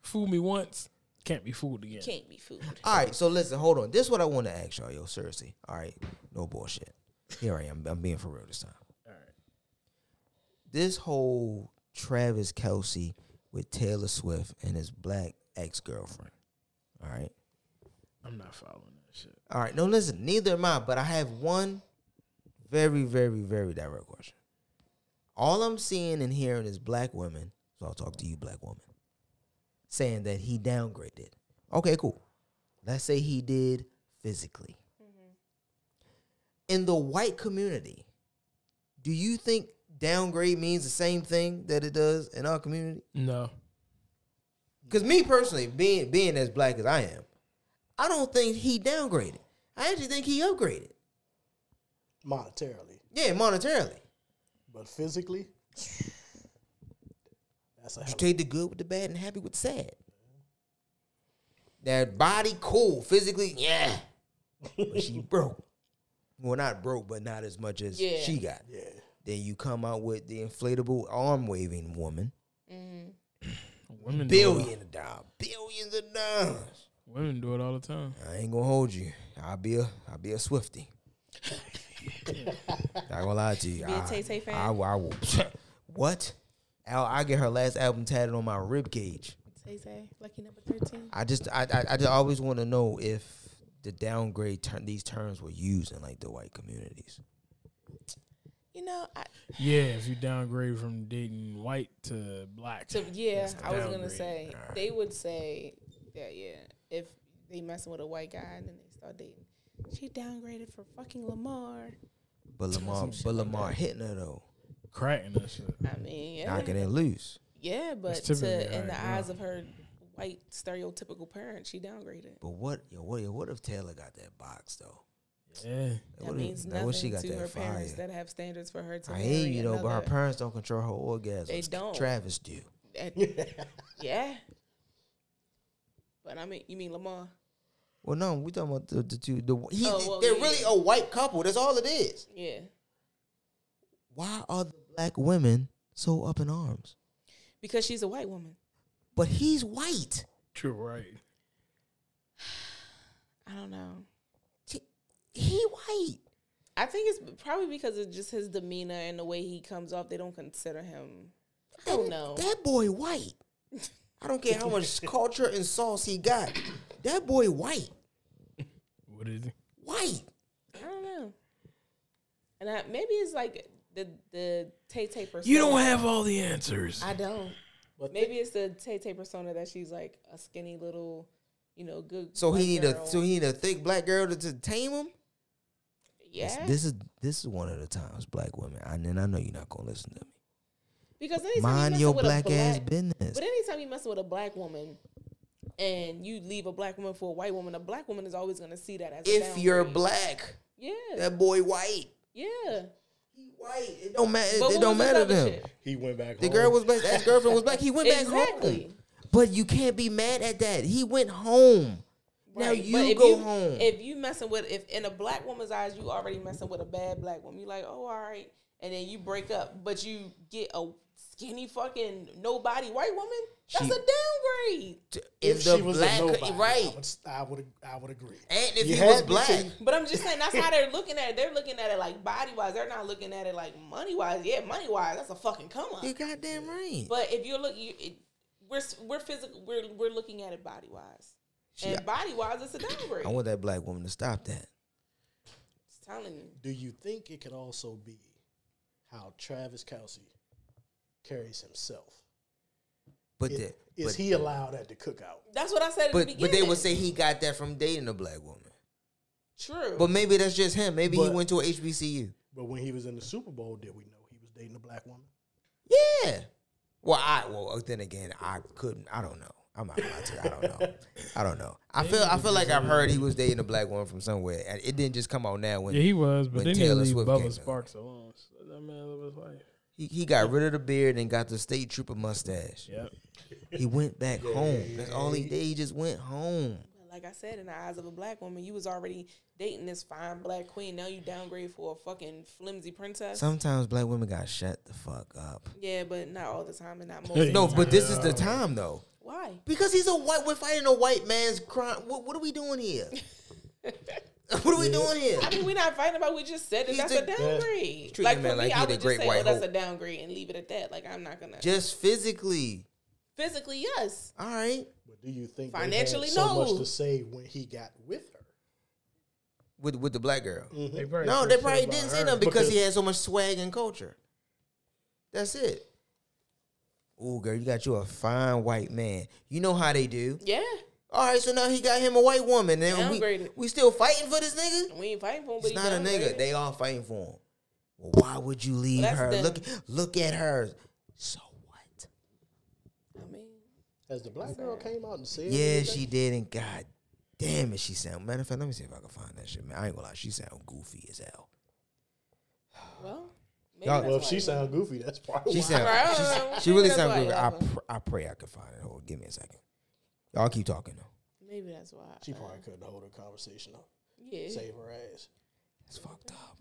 E: Fool me once, can't be fooled again.
D: Can't be fooled.
C: All right, so listen, hold on. This is what I want to ask y'all, yo, seriously. All right, no bullshit. Here I am. I'm being for real this time. All right. This whole Travis Kelsey with Taylor Swift and his black ex girlfriend. All right.
E: I'm not following that shit.
C: All right. No, listen, neither am I, but I have one very, very, very direct question. All I'm seeing and hearing is black women, so I'll talk to you, black woman, saying that he downgraded. Okay, cool. Let's say he did physically. In the white community, do you think downgrade means the same thing that it does in our community?
E: No.
C: Because me personally, being being as black as I am, I don't think he downgraded. I actually think he upgraded.
F: Monetarily.
C: Yeah, monetarily.
F: But physically, that's a hell
C: You
F: of a
C: take the good with the bad and happy with the sad. That body cool physically, yeah. But she broke. Well, not broke, but not as much as
D: Yeah.
C: she got.
F: yeah.
C: Then you come out with the inflatable arm waving woman,
E: Women Do it
C: billion dollars, billions of dollars.
E: all, women do it all the time.
C: I ain't gonna hold you. I'll be a I'll be a Swifty. Not gonna lie to you.
D: Be a
C: I-
D: Tay Tay fan?
C: I, will- I will. what? I'll, I'll get her last album tatted on my rib cage.
D: Tay Tay, lucky number thirteen.
C: I just, I, I, I just always want to know if the downgrade ter- these terms were used in like the white communities.
D: You know, I,
E: Yeah, if you downgrade from dating white to black,
D: to yeah,
E: That's the
D: I was gonna
E: downgrade.
D: say they would say that yeah, if they messing with a white guy and then they start dating, she downgraded for fucking Lamar.
C: But Lamar, but Lamar hitting her though,
E: cracking that shit.
D: I mean, yeah,
C: knocking it loose.
D: yeah, but
E: typically
D: to
E: how
D: in
E: it
D: the
E: go.
D: eyes of her white stereotypical parent, she downgraded.
C: But what, yo, what, yo, what if Taylor got that box though?
E: Yeah,
D: That
C: What if-
D: means
C: now
D: nothing
C: what if she got
D: to
C: that
D: her
C: fire?
D: parents that have standards for her to.
C: I hate
D: marry
C: you though, but her
D: another-
C: parents don't control her orgasms.
D: They don't.
C: Travis do.
D: that- yeah. But I mean, you mean Lamar?
C: Well, no, we talking about the, the two. The he,
D: Oh, well,
C: they're
D: yeah,
C: really
D: yeah.
C: a white couple. That's all it is.
D: Yeah.
C: Why are the black women so up in arms?
D: Because she's a white woman.
C: But he's white.
E: true, right?
D: I don't know.
C: He- He white.
D: I think it's probably because of just his demeanor and the way he comes off. They don't consider him. I don't
C: That-
D: know.
C: That boy white. I don't care how much culture and sauce he got. That boy white.
E: What is it?
C: White.
D: I don't know. And I, maybe it's like the the Tay Tay persona.
E: You don't have all the answers.
D: I don't. Maybe it's the Tay Tay persona that she's like a skinny little, you know, good.
C: So
D: white
C: he need a
D: girl.
C: so he need a thick black girl to, to tame him.
D: yeah.
C: This is this is one of the times black women. And then I know you're not gonna listen to me.
D: because anytime
C: Mind
D: you
C: your
D: mess with a
C: black, ass
D: black-
C: business.
D: But anytime you mess with a black woman and you leave a black woman for a white woman, a black woman is always going to see that as a
C: If you're
D: downgrade.
C: black,
D: Yeah.
C: that boy white.
D: yeah.
C: He white. It don't matter.
D: But
C: it
D: what
C: don't
D: was this
C: matter to
D: other
C: him.
D: shit?
F: He went back.
C: The
F: home.
C: girl was black. His girlfriend was black. He went back
D: Exactly.
C: home. But you can't be mad at that. He went home. Now
D: Right.
C: you
D: But if
C: go home.
D: If you messing with if in a black woman's eyes you already messing with a bad black woman, you like, oh all right. And then you break up, but you get a skinny fucking nobody white woman, that's
C: She-
D: a downgrade.
F: If
C: the
F: she was
C: black,
F: a nobody, I
C: right?
F: would, I would, I would agree.
C: And if
F: You
C: he
F: had
C: was
F: me
C: black,
F: till you-
D: But I'm just saying that's how they're looking at it. They're looking at it like body wise. They're not looking at it like money wise. Yeah, money wise, that's a fucking come up.
C: you goddamn right.
D: But if you're looking, you, it, we're s- we're physical. We're we're looking at it body wise,
C: She-
D: and body wise, it's a downgrade.
C: I want that black woman to stop that.
D: Just telling you.
F: Do you think it could also be how Travis Kelsey carries himself?
C: But
F: Is,
C: that,
F: is
C: but,
F: he allowed at the cookout?
D: That's what I said. At the
C: But but
D: beginning.
C: they would say he got that from dating a black woman.
D: true.
C: But maybe that's just him. Maybe he
F: But-
C: went to a HBCU.
F: But when he was in the Super Bowl, did we know he was dating a black woman?
C: Yeah. Well, I well then again, I couldn't. I don't know. I'm not gonna lie to you. I don't know. I don't know. I feel I feel like I've heard he was dating a black woman from somewhere, and it didn't just come out now when
E: yeah, he was,
C: when
E: but then he
C: Taylor
E: leave
C: Swift came
E: Bubba
C: out.
E: Sparks alone. So that man lived his life.
C: he, he got rid of the beard and got the state trooper mustache.
E: Yep.
C: He went back home. That's all he did. He just went home.
D: But like I said, in the eyes of a black woman, you was already dating this fine black queen. Now you downgrade for a fucking flimsy princess.
C: Sometimes black women got shut the fuck up.
D: yeah, but not all the time, and not most.
E: Hey.
C: No, but this is the time though.
D: Why?
C: Because he's a white, we're fighting a white man's crime. What, what are we doing here? what are we doing here?
D: I mean, we're not fighting about. it. We just said that
C: He's
D: that's
C: the-
D: a downgrade.
C: Treat
D: Like
C: the
D: for
C: man
D: me,
C: like he
D: I
C: the
D: would
C: great
D: just say,
C: white
D: "Well, that's
C: hope."
D: a downgrade," and leave it at that. Like I'm not gonna
C: Just physically.
D: physically, yes.
C: All right.
F: But do you think
D: Financially,
F: they had so
D: no.
F: much to say when he got with her?
C: With with the black girl.
E: They probably
C: No,
E: said
C: they
E: shit
C: probably
E: about
C: didn't say
E: her.
C: nothing because, he
F: Because-
C: had so much swag and culture. That's it. Ooh, girl, you got you a fine white man. You know how they do.
D: Yeah,
C: All right, so now he got him a white woman, and we,
D: Downgraded.
C: we still fighting for this nigga.
D: we ain't fighting for him. But
C: It's
D: he
C: not a nigga.
D: downgraded.
C: They all fighting for him. Well, why would you leave
D: Well, that's
C: her?
D: the-
C: Look, look at her. So what?
D: I mean,
F: As the black girl came out and said,
C: Yeah,
F: anything?
C: she did, and god damn it, she sound. Matter of fact, let me see if I can find that shit. Man, I ain't gonna lie, she sound goofy as hell.
D: well, maybe
C: Y'all-
D: that's
F: Well, if she
D: why.
F: sound goofy, that's probably
C: She
F: why.
C: sound.
D: Right.
C: she's- she really
D: That's
C: sound
D: why
C: goofy.
D: it
C: I
D: happened.
C: pr- I pray I can find it. Hold, give me a second. Y'all keep talking though.
D: Maybe that's why.
F: She probably couldn't hold her conversation up.
D: yeah.
F: Save her ass.
C: That's fucked up.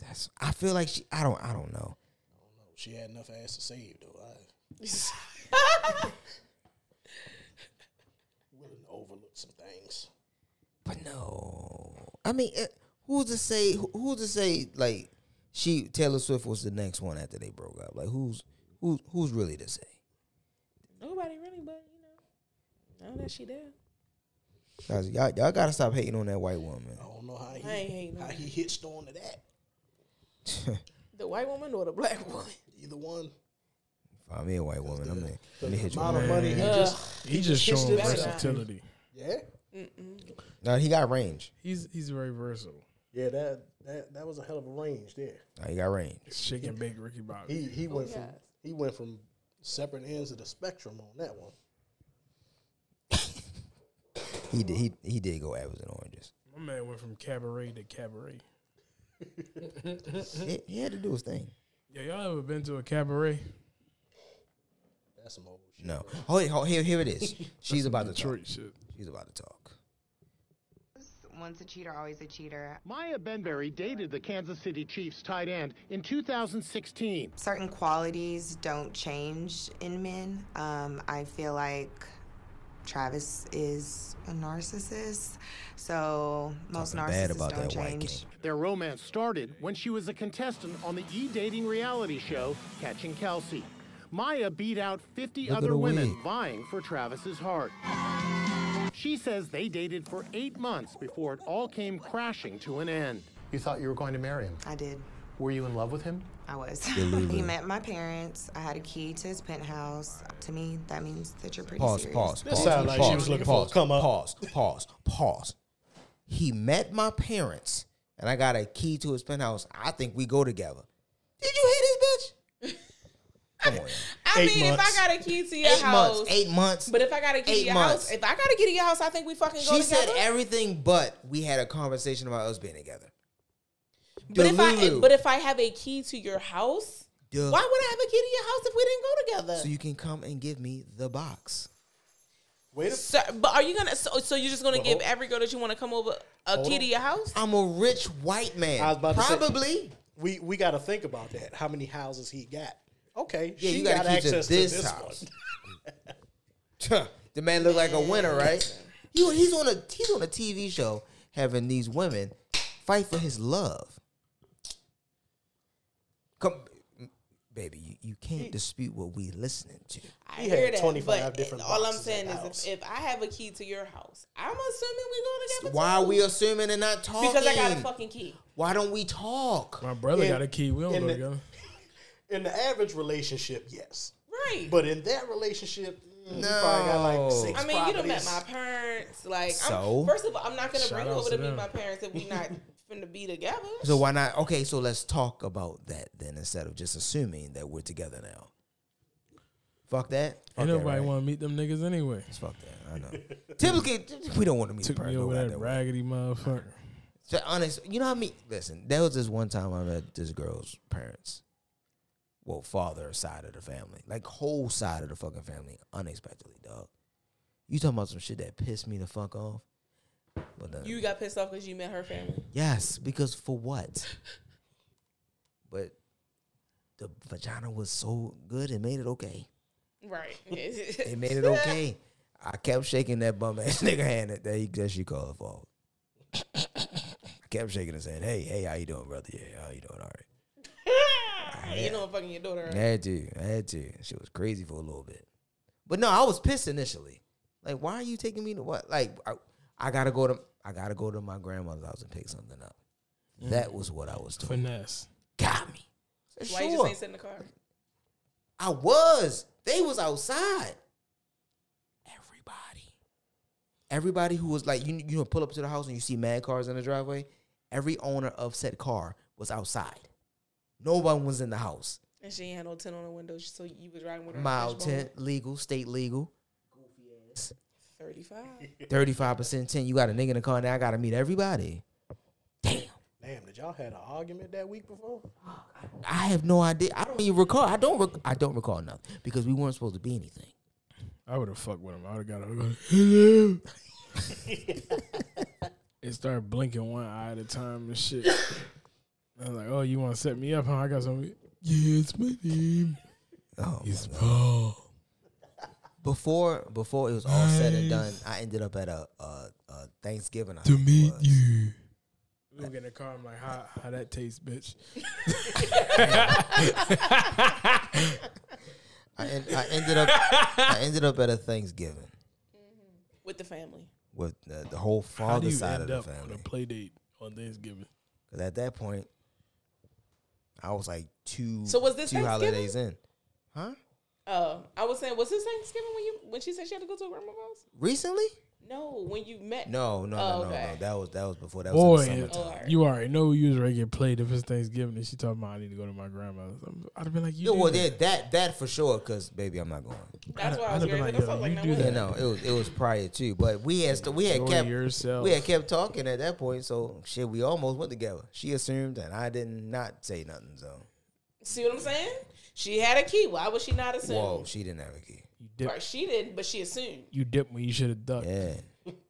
C: That's. I feel like she. I don't. I don't know.
F: I don't know. She had enough ass to save though. I willing to overlook some things.
C: But no. I mean, it, who's to say who- who's to say like she Taylor Swift was the next one after they broke up? Like who's who's who's really to say?
D: Nobody really, but you know, now that she there.
C: Guys, y'all, y'all gotta stop hating on that white woman.
F: I don't know how he
D: I ain't hating
F: how
D: on
F: he hitched on to that.
D: The white woman or the black woman?
F: Either one.
C: Find me a white woman. I'm gonna, let me hit you.
F: amount of money he
D: Ugh.
F: just
E: He just
F: hitched
E: showing
F: it back.
E: versatility.
F: Yeah.
C: Now he got range.
E: He's he's very versatile.
F: Yeah, that that that was a hell of a range there.
C: Now he got range.
E: Chicken bake Ricky Bobby.
F: He he went from
D: yes.
F: he went from separate ends of the spectrum on that one.
C: He did. He he did go apples and oranges.
E: My man went from cabaret to cabaret.
C: He, he had to do his thing.
E: Yo, y'all ever been to a cabaret?
F: That's some old shit.
C: No. Oh, wait, oh, here here it is. She's about to talk.
E: Detroit shit.
C: She's about to talk.
G: Once a cheater, always a cheater.
H: Maya Benberry dated the Kansas City Chiefs tight end in 2016.
G: Certain qualities don't change in men. Um, I feel like Travis is a narcissist, so most
C: Talking
G: narcissists
C: bad about
G: don't
C: that white
G: change.
C: king.
H: Their romance started when she was a contestant on the e-dating reality show Catching Kelsey. Maya beat out 50
C: Look at
H: other
C: her
H: women
C: wig.
H: vying for Travis's heart. She says they dated for 8 months before it all came crashing to an end.
I: You thought you were going to marry him.
G: I did.
I: Were you in love with him?
G: I was. he met my parents. I had a key to his penthouse. To me, that means that you're pretty
C: Pause.
G: serious.
C: Pause.
F: This
C: pause,
F: sound like she
C: pause,
F: was looking for a
C: pause,
F: come up.
C: Pause. Pause. Pause. He met my parents, and I got a key to his penthouse. I think we go together. Did you hear this bitch? Come on.
D: I
F: Eight
D: mean,
F: months.
D: if I got a key to your
C: Eight
D: house,
C: months. Eight months.
D: but if I got a key to
C: eight
D: your
C: months.
D: house, if I got a key to your house, I think we fucking go
C: she said
D: together.
C: everything, but we had a conversation about us being together.
D: but if I
C: Delulu.
D: but if I have a key to your house,
F: Uh.
C: Duh.
D: why would I have a key to your house if we didn't go together?
C: So you can come and give me the box.
F: Wait a
D: So- but are you gonna? So, so you're just gonna
F: Well,
D: give
F: hold-
D: every girl that you want to come over a
F: Hold
D: key
F: on.
D: to your house?
C: I'm a rich white man.
F: I was about to say-
C: Probably.
F: we we got to think about that. How many houses he got? Okay,
C: Yeah,
F: she
C: you
F: got
C: gotta keep to
F: access to
C: this
F: this,
C: house.
F: one.
C: Huh, the man looked like a winner, right? He, he's on a he's on a TV show having these women fight for his love. Come, baby, you, you can't dispute what we listening to.
D: I
F: He
D: hear
F: had
D: that,
F: 25
D: but
F: different
D: all I'm
F: boxes
D: saying
F: in the
D: is,
F: house.
D: if, if I have a key to your house, I'm assuming we go together.
C: Why are
D: too.
C: we assuming and not talking?
D: Because I got a fucking key.
C: Why don't we talk?
E: My brother
F: Yeah.
E: got a key. We don't
F: In
E: go
F: the-
E: together.
F: In the average relationship, yes,
D: Right.
F: but in that relationship, mm, you probably got like
C: No.
F: six
D: I mean, you done met
F: properties.
D: my parents. Like,
C: So?
D: I'm, first of all, I'm not gonna
E: Shout
D: bring you
E: outs
D: over
E: to
D: to meet
E: them.
D: my parents if we not finna be together.
C: So why not? Okay, so let's talk about that then instead of just assuming that we're together now. Fuck that. Fuck
E: Ain't
C: that,
E: nobody
C: right?
E: want to meet them niggas anyway.
C: Just Fuck that. I know. Typically, we don't want to meet a
E: Took me
C: person
E: over
C: over
E: that
C: there.
E: raggedy motherfucker.
C: So honest, you know what I mean? Listen, there was this one time I met this girl's parents. Well, father side of the family. Like whole side of the fucking family. Unexpectedly, dog. You talking about some shit that pissed me the fuck off? But uh,
D: You got pissed off because you met her family.
C: Yes, because for what? but the vagina was so good it made it okay.
D: Right.
C: It made it okay. I kept shaking that bum ass nigga hand that, that, he, that she called for. I kept shaking and saying, "Hey, hey, how you doing, brother? Yeah, how you doing? All right."
D: you know I'm fucking your daughter.
C: I had to. I had to. She was crazy for a little bit. But no, I was pissed initially. Like, why are you taking me to what? Like, I, I gotta go to I gotta go to my grandmother's house and pick something up. That was what I was told.
E: Finesse.
C: Got me. I said,
D: Mm. Why you
C: "Sure."
D: just ain't sit in the car?
C: I was. They was outside. Everybody. Everybody who was like, you you know, pull up to the house and you see mad cars in the driveway. Every owner of said car was outside. Nobody was in the house.
D: And she ain't had no tint on the window, so you was riding with her.
C: Mild
D: fishbone.
C: tent, legal, state legal.
D: Thirty-five.
C: 35% tent. You got a nigga in the car now. I gotta meet everybody. Damn.
F: Damn, did y'all had an argument that week before?
C: I have no idea. I don't even recall. I don't rec- I don't recall nothing because we weren't supposed to be anything.
E: I would have fucked with him. I would have got him. Hello. it started blinking one eye at a time and shit. I was like, "Oh, you want to set me up? Huh? I got something." Yeah, it's my name.
C: Oh,
E: It's Paul.
C: before before it was all said and done, I ended up at a, a, a Thanksgiving. I
E: To
C: think it
E: meet
C: was.
E: you. We gonna get in the car. I'm like, how how that tastes, bitch.
C: I, en- I ended up I ended up at a Thanksgiving
D: with the family.
C: with the, the whole
E: How do
C: father
E: you
C: side of
E: end
C: the
E: up on
C: family.
E: a play date on Thanksgiving?
C: Because at that point, I was like two.
D: So was this
C: two holidays in?
D: Uh, I was saying, was this Thanksgiving when you when she said she had to go to her grandma's house?
C: Recently?
D: No, when you met.
C: No, no,
D: Oh,
C: no, no,
D: okay.
C: no. That was that was before. That was in the
E: Boy,
C: summertime.
E: Oh, you already know you was ready to get played if it's Thanksgiving and she talking about I need to go to my grandma's. I'm- I'd have been like, you
C: Yeah,
E: do
D: Oh.
C: well,
E: that.
C: yeah, that that for sure. Cause baby, I'm not going.
D: That's why I
E: I'd
D: was
E: have
D: very
E: been like,
D: like,
E: yo,
D: like,
E: you
D: now
E: do
D: what?
E: that.
C: Yeah, no, it was it was prior to, but we had st- we had
E: Enjoy
C: kept
E: yourself.
C: we had kept talking at that point. So shit, we almost went together. She assumed, and I did not say nothing. So
D: See what I'm saying? She had a key. Why would she not assume?
C: whoa, she didn't have a key.
E: You dip,
D: Or she didn't, but she assumed
E: you dip when you should have ducked.
C: Yeah,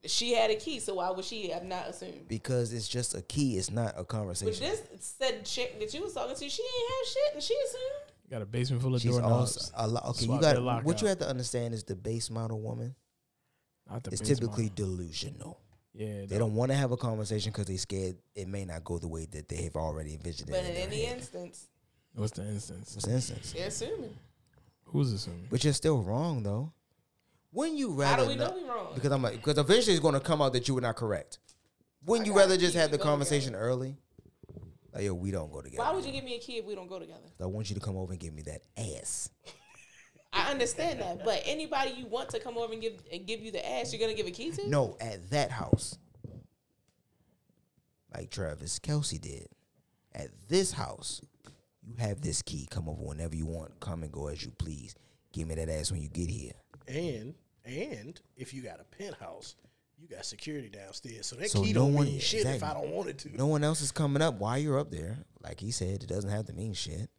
D: she had a key. So why would she have not assumed?
C: because it's just a key. It's not a
D: But
C: conversation.
D: this said chick that you was talking to, she ain't have shit, and she assumed.
E: Got a basement full of
C: She's
E: doorknobs.
C: also a lot. Okay, you
E: Swap
C: got
E: that lock
C: what you
E: out.
C: have to understand is the base model woman
E: Not the
C: is
E: basement.
C: typically delusional.
E: yeah.
C: They don't want to have a conversation because they scared it may not go the way that they have already envisioned.
D: But
C: it
D: in
C: in
D: any
C: the end,
D: instance,
E: What's the instance?
C: it's instance.
D: they're assuming.
E: Who's assuming?
C: But you're still wrong though. Wouldn't you rather?
D: How do we know
C: not-
D: we wrong?
C: Because I'm like, because eventually it's going to come out that you were not correct. Wouldn't you rather just have the conversation early? Like, yo, we don't go together.
D: Why would you give me a key if we don't go together?
C: I want you to come over and give me that ass.
D: I understand that, but anybody you want to come over and give and give you the ass, you're gonna give a key to?
C: No, at that house, like Travis Kelsey did. At this house, you have this key. Come over whenever you want. Come and go as you please. Give me that ass when you get here.
F: And and if you got a penthouse, you got security downstairs. So that
C: So
F: key
C: no
F: don't
C: one-
F: mean shit if I
C: exactly.
F: don't want it to.
C: No one else is coming up while you're up there. Like he said, it doesn't have to mean shit.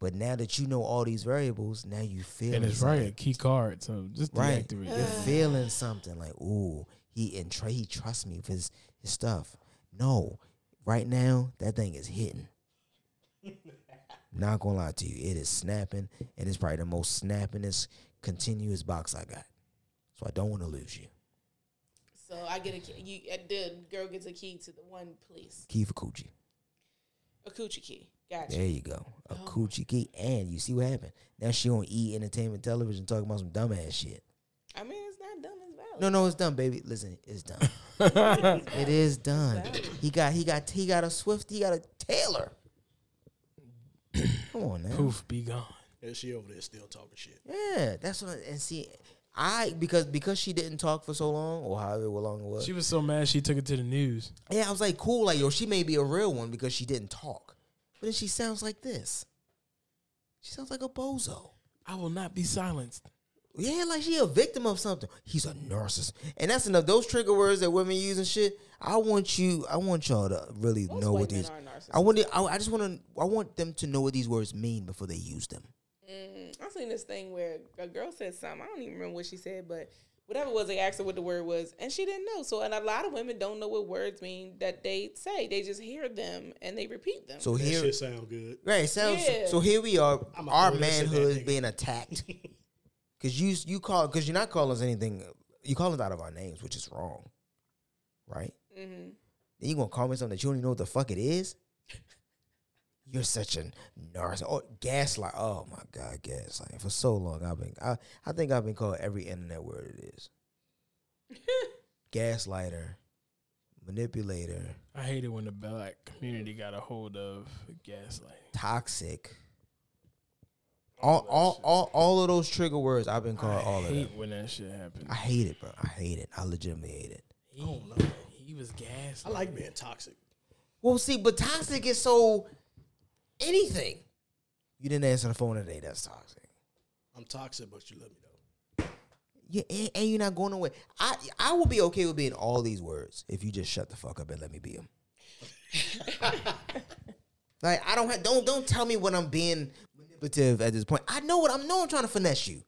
C: But now that you know all these variables, now you feel
E: And it's right, a key card. So just
C: Right.
E: deactivate
C: You're
E: it.
C: feeling something like, ooh, he and Trey, he trusts me with his, his stuff. No, right now, that thing is hitting. Not gonna lie to you, it is snapping, and it's probably the most snappingest continuous box I got. So I don't want to lose you.
D: So I get a key. You, uh, the girl gets a key to the one place,
C: Key for coochie.
D: a coochie key. Gotcha.
C: There you go. A coochie key. And you see what happened. Now she on E Entertainment Television talking about some dumbass shit.
D: I mean, it's not dumb. It's valid.
C: No, no, it's done, baby. Listen, it's done. it is done. He got, he got, he got a Swift. He got a Taylor. Come on now.
E: Poof, be gone.
F: And she over there still talking shit.
C: Yeah, that's what. I, and see, I because because she didn't talk for so long or however long it was.
E: She was so mad she took it to the news.
C: yeah, I was like, cool. Like, yo, she may be a real one because she didn't talk, but then she sounds like this. She sounds like a bozo.
E: I will not be silenced.
C: Yeah, like she a victim of something. He's a narcissist, and that's enough. Those trigger words that women use and shit. I want you. I want y'all to really
D: Most
C: know what
D: white men
C: these.
D: are narcissists.
C: I want. to- I, I just want to. I want them to know what these words mean before they use them.
D: Mm, I seen this thing where a girl said something. I don't even remember what she said, but whatever it was, they asked her what the word was, and she didn't know. So, and a lot of women don't know what words mean that they say. They just hear them and they repeat them.
C: So
F: That
C: here,
F: shit sound good.
C: right? it Sounds.
D: Yeah.
C: So here we are.
F: I'ma
C: Our
F: throw this at that
C: manhood is
F: nigga.
C: being attacked because you you call because you're not calling us anything. You call us out of our names, which is wrong, right?
E: Mm-hmm.
D: hmm
C: Then you gonna call me something that you don't even know what the fuck it is. You're such a narcissist. Oh, gaslight. Oh my god, gaslight. For so long, I've been. I, I think I've been called every internet word it is. Gaslighter, manipulator,
E: I hate it when the black community got a hold of gaslighting.
C: toxic. All, all, all, all of those trigger words I've been
E: I
C: called. all of
E: hate
C: them.
E: when that shit happens.
C: I hate it, bro. I hate it. I legitimately hate it.
E: He,
F: Oh, no.
E: he was gaslighting.
F: I like being toxic.
C: Well, see, but toxic is so anything. You didn't answer the phone today. That's toxic.
F: I'm toxic, but you love me though.
C: Yeah, and, and you're not going away. I I will be okay with being all these words if you just shut the fuck up and let me be them. like I don't have, don't don't tell me what I'm being manipulative at this point. I know what I'm know. I'm trying to finesse you.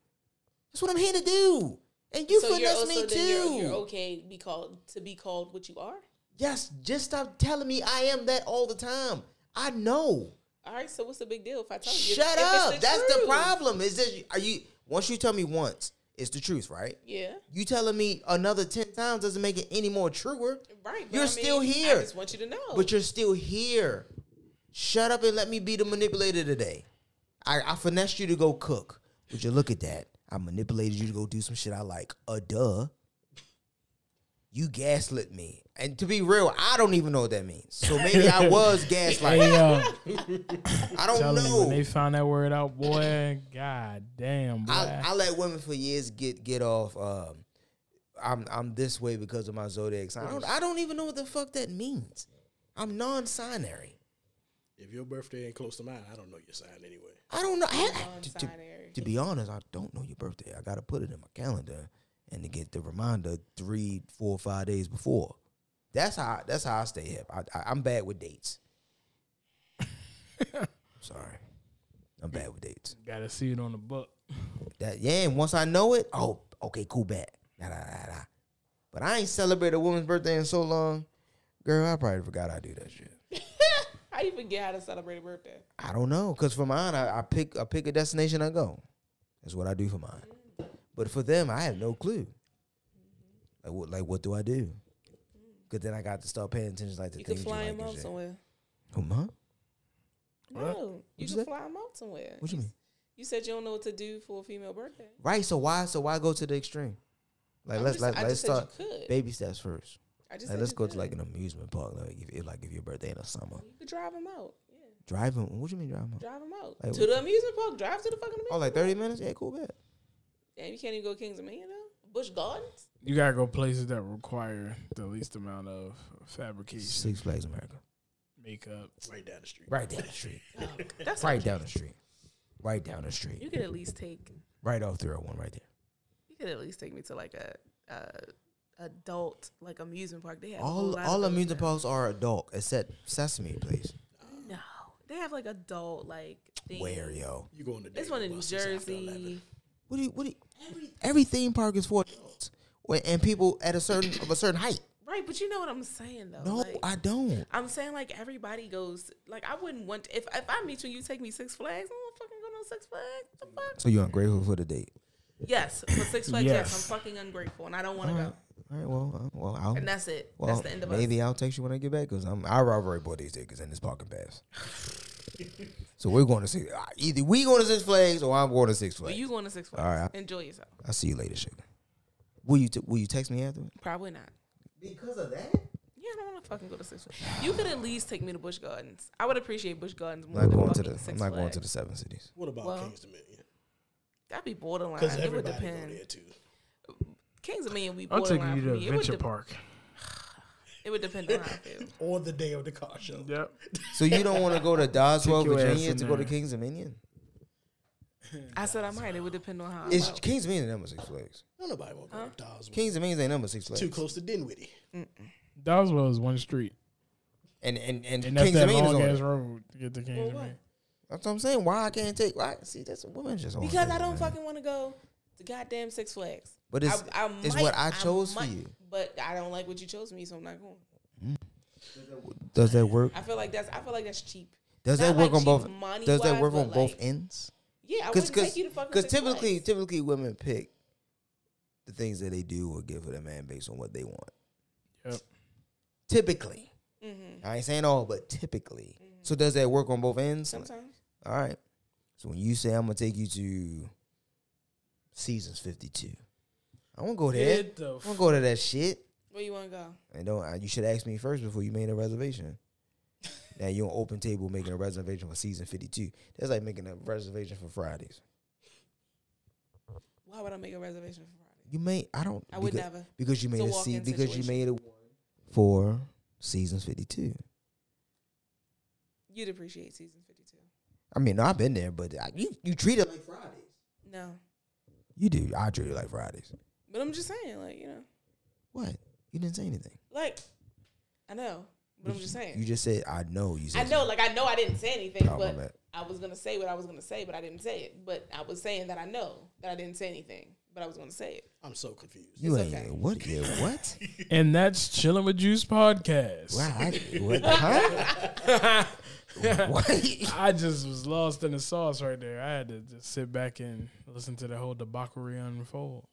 C: That's what I'm here to do. And you
D: so
C: finesse me too.
D: then You're, you're okay to be called to be called what you are.
C: Yes, just stop telling me I am that all the time. I know.
D: All right. So what's the big deal if I tell you?
C: Shut
D: If it's
C: up. That's the
D: truth.
C: problem. Is that are you? Once you tell me once, It's the truth, right?
D: Yeah.
C: You telling me another ten times doesn't make it any more truer?
D: Right. but
C: You're
D: I
C: still
D: mean,
C: here.
D: I just want you to know.
C: But you're still here. Shut up and let me be the manipulator today. I, I finessed you to go cook. Would you look at that? I manipulated you to go do some shit I like. Uh duh. You gaslit me. And to be real, I don't even know what that means. So maybe I was
E: Hey,
C: gaslighted.
E: uh,
C: I don't
E: telling you, when
C: know.
E: they found that word out, boy, god damn, boy.
C: I, I let women for years get get off um I'm I'm this way because of my zodiac sign. I don't, I don't even know what the fuck that means. I'm non-signary.
F: If your birthday ain't close to mine, I don't know your sign anyway.
C: I don't know. I- I- to, to-
D: Non-signary.
C: to be honest, I don't know your birthday. I gotta put it in my calendar and to get the reminder three, four, five days before. That's how. That's how I stay hip. I, I, I'm bad with dates. Sorry, I'm bad with dates.
E: gotta see it on the book.
C: That yeah. And once I know it, oh, okay, cool, bet. Nah, nah, nah, nah. But I ain't celebrated a woman's birthday in so long, girl. I probably forgot I do that shit.
D: How you forget how to celebrate a birthday?
C: I don't know, cause for mine, I, I pick I pick a destination I go. That's what I do for mine. But for them, I have no clue. Like what like what do I do? Cause then I got to start paying attention like the
D: You could
C: things
D: fly
C: you
D: him
C: like
D: out
C: and shit.
D: somewhere.
C: Whom, huh?
D: No, you
C: you
D: could
C: say?
D: fly him out somewhere.
C: What you mean?
D: You said you don't know what to do for a female birthday.
C: Right. So why so why go to the extreme? Like
D: I'm
C: let's
D: just-
C: let,
D: I
C: let's
D: just said you
C: start
D: could.
C: baby steps first.
D: I just
C: Like,
D: said
C: let's
D: you
C: go
D: could.
C: to like an amusement park. Like if it- like if your birthday in the summer,
D: You could drive him out. Yeah,
C: driving. What you mean driving?
D: drive him out
C: Like
D: to
C: what-
D: the amusement park. Drive to the fucking amusement.
C: Oh, like thirty minutes? Yeah, cool. Bet. Oh.
D: Damn, you can't even go Kings of Man though. Bush Gardens.
E: You gotta go places that require the least amount of fabrication,
C: Six Flags America.
E: makeup.
F: Right down the street.
C: Right down the street.
D: That's
C: right down the street. Right down the street.
D: You could at least take.
C: Right off 301 right there.
D: You could at least take me to like a. a Adult like amusement park. They have
C: All all amusement parks are adult except Sesame Place.
D: No, they have like adult like. Thing.
C: Where yo?
F: You going to
D: It's one in New
F: Buster's after 11.
D: Jersey.
C: What do you what do you, every theme park is for adults Wh- and people at a certain of a certain height.
D: Right, but you know what I'm saying though.
C: No,
D: like-
C: I don't.
D: I'm saying like everybody goes. Like I wouldn't want if if I meet you, and you take me Six Flags. I don't fucking go no Six Flags. The fuck?
C: So you ungrateful for the date?
D: Yes, for Six Flags. Yes,
E: Yes.
D: I'm fucking ungrateful, and I don't want to go.
C: All right, well, uh, well, I'll,
D: And that's it.
C: well,
D: that's the end of
C: maybe
D: us.
C: I'll text you when I get back because I'm I already bought these tickets and this parking pass. so we're going to see either we going to Six Flags or I'm going to Six
D: But
C: Flags.
D: you going to Six Flags?
C: All right.
D: Enjoy yourself.
C: I'll see you later, sugar. Will you t- will you text me afterwards?
D: Probably not.
C: Because of that,
D: Yeah, I don't want to fucking go to Six Flags. You could at least take me to Busch Gardens. I would appreciate Busch Gardens more
C: I'm not
D: than
C: going to
D: fucking
C: the I'm
D: Six
C: not going
D: Flags.
C: to the Seven Cities.
F: What about
D: Well-
F: Kings Dominion?
D: That'd be borderline.
F: Because
D: It would
F: everybody go
D: depend.
F: there too.
D: Kings of Man would be
E: I'm
D: borderline.
E: taking you to
D: for me. It would
E: Adventure
D: de-
E: Park.
D: It would depend on how I feel.
F: Or the day of the car show.
E: Yep.
C: So you don't want to go to Doswell,
E: Kick your ass
C: Virginia,
E: in
C: to go to
E: there.
C: Kings Dominion?
D: I said I might. It would depend on how. I
C: It's
D: felt.
C: Kings Dominion number six flags.
F: No, nobody want to go to Dawes.
C: Kings Dominion ain't number six flags.
F: Too close to Dinwiddie.
E: Doswell is one street,
C: And and and,
E: and that's
C: Kings
E: that
C: Dominion is
E: long
C: on.
E: ass
C: it.
E: road to get to Kings of
D: what?
E: Man.
C: That's what I'm saying. Why I can't take? Why? See, that's women just on
D: Because
C: it,
D: I don't
C: man.
D: fucking want to go to goddamn Six Flags.
C: But it's
D: I, I
C: it's
D: might-
C: what I chose for
D: might,
C: you.
D: But I don't like what you chose for me, so I'm not going.
C: Does that work?
D: I feel like that's I feel like that's cheap.
C: Does
D: not
C: that work
D: like
C: on both?
D: cheap money
C: Does that
D: wise,
C: work
D: but
C: on both
D: like-
C: ends?
D: Yeah, I
C: Because
D: wouldn't take you to fucking Six
C: typically
D: Flags.
C: typically women pick the things that they do or give for their man based on what they want.
E: Yep.
C: Typically,
D: Mm-hmm.
C: I ain't saying all, but typically. So does that work on both ends?
D: sometimes.
C: All right. So when you say I'm gonna take you to seasons fifty two, I won't go there.
E: Get the
C: I won't go to that shit.
D: Where you want to go?
C: And don't I, you should ask me first before you made a reservation. now you on open table making a reservation for season fifty two. That's like making a reservation for Fridays.
D: Why would I make a reservation for Friday?
C: You made I don't.
D: I would
C: because,
D: never.
C: because you
D: It's
C: made
D: a
C: a se-
D: walk-in
C: because you
D: situation.
C: made a one for seasons fifty two.
D: You'd appreciate season fifty two.
C: I mean, I've been there, but I, you you treat it like Fridays.
D: No,
C: You do. I treat it like Fridays.
D: but I'm just saying, like you know,
C: What? You didn't say anything.
D: like I know, but I'm just saying.
C: You just said I know. You said
D: I know, like I know I didn't say anything,
C: Oh, my bad.
D: but I was gonna say what I was gonna say, but I didn't say it. But I was saying that I know that I didn't say anything, but I was gonna say it.
F: I'm so confused.
C: You ain't
D: It's okay.
C: what? Yeah, what?
E: And that's Chilling with Juice podcast.
C: wow, I, what? Huh?
E: I just was lost in the sauce right there. I had to just sit back and listen to the whole debauchery unfold.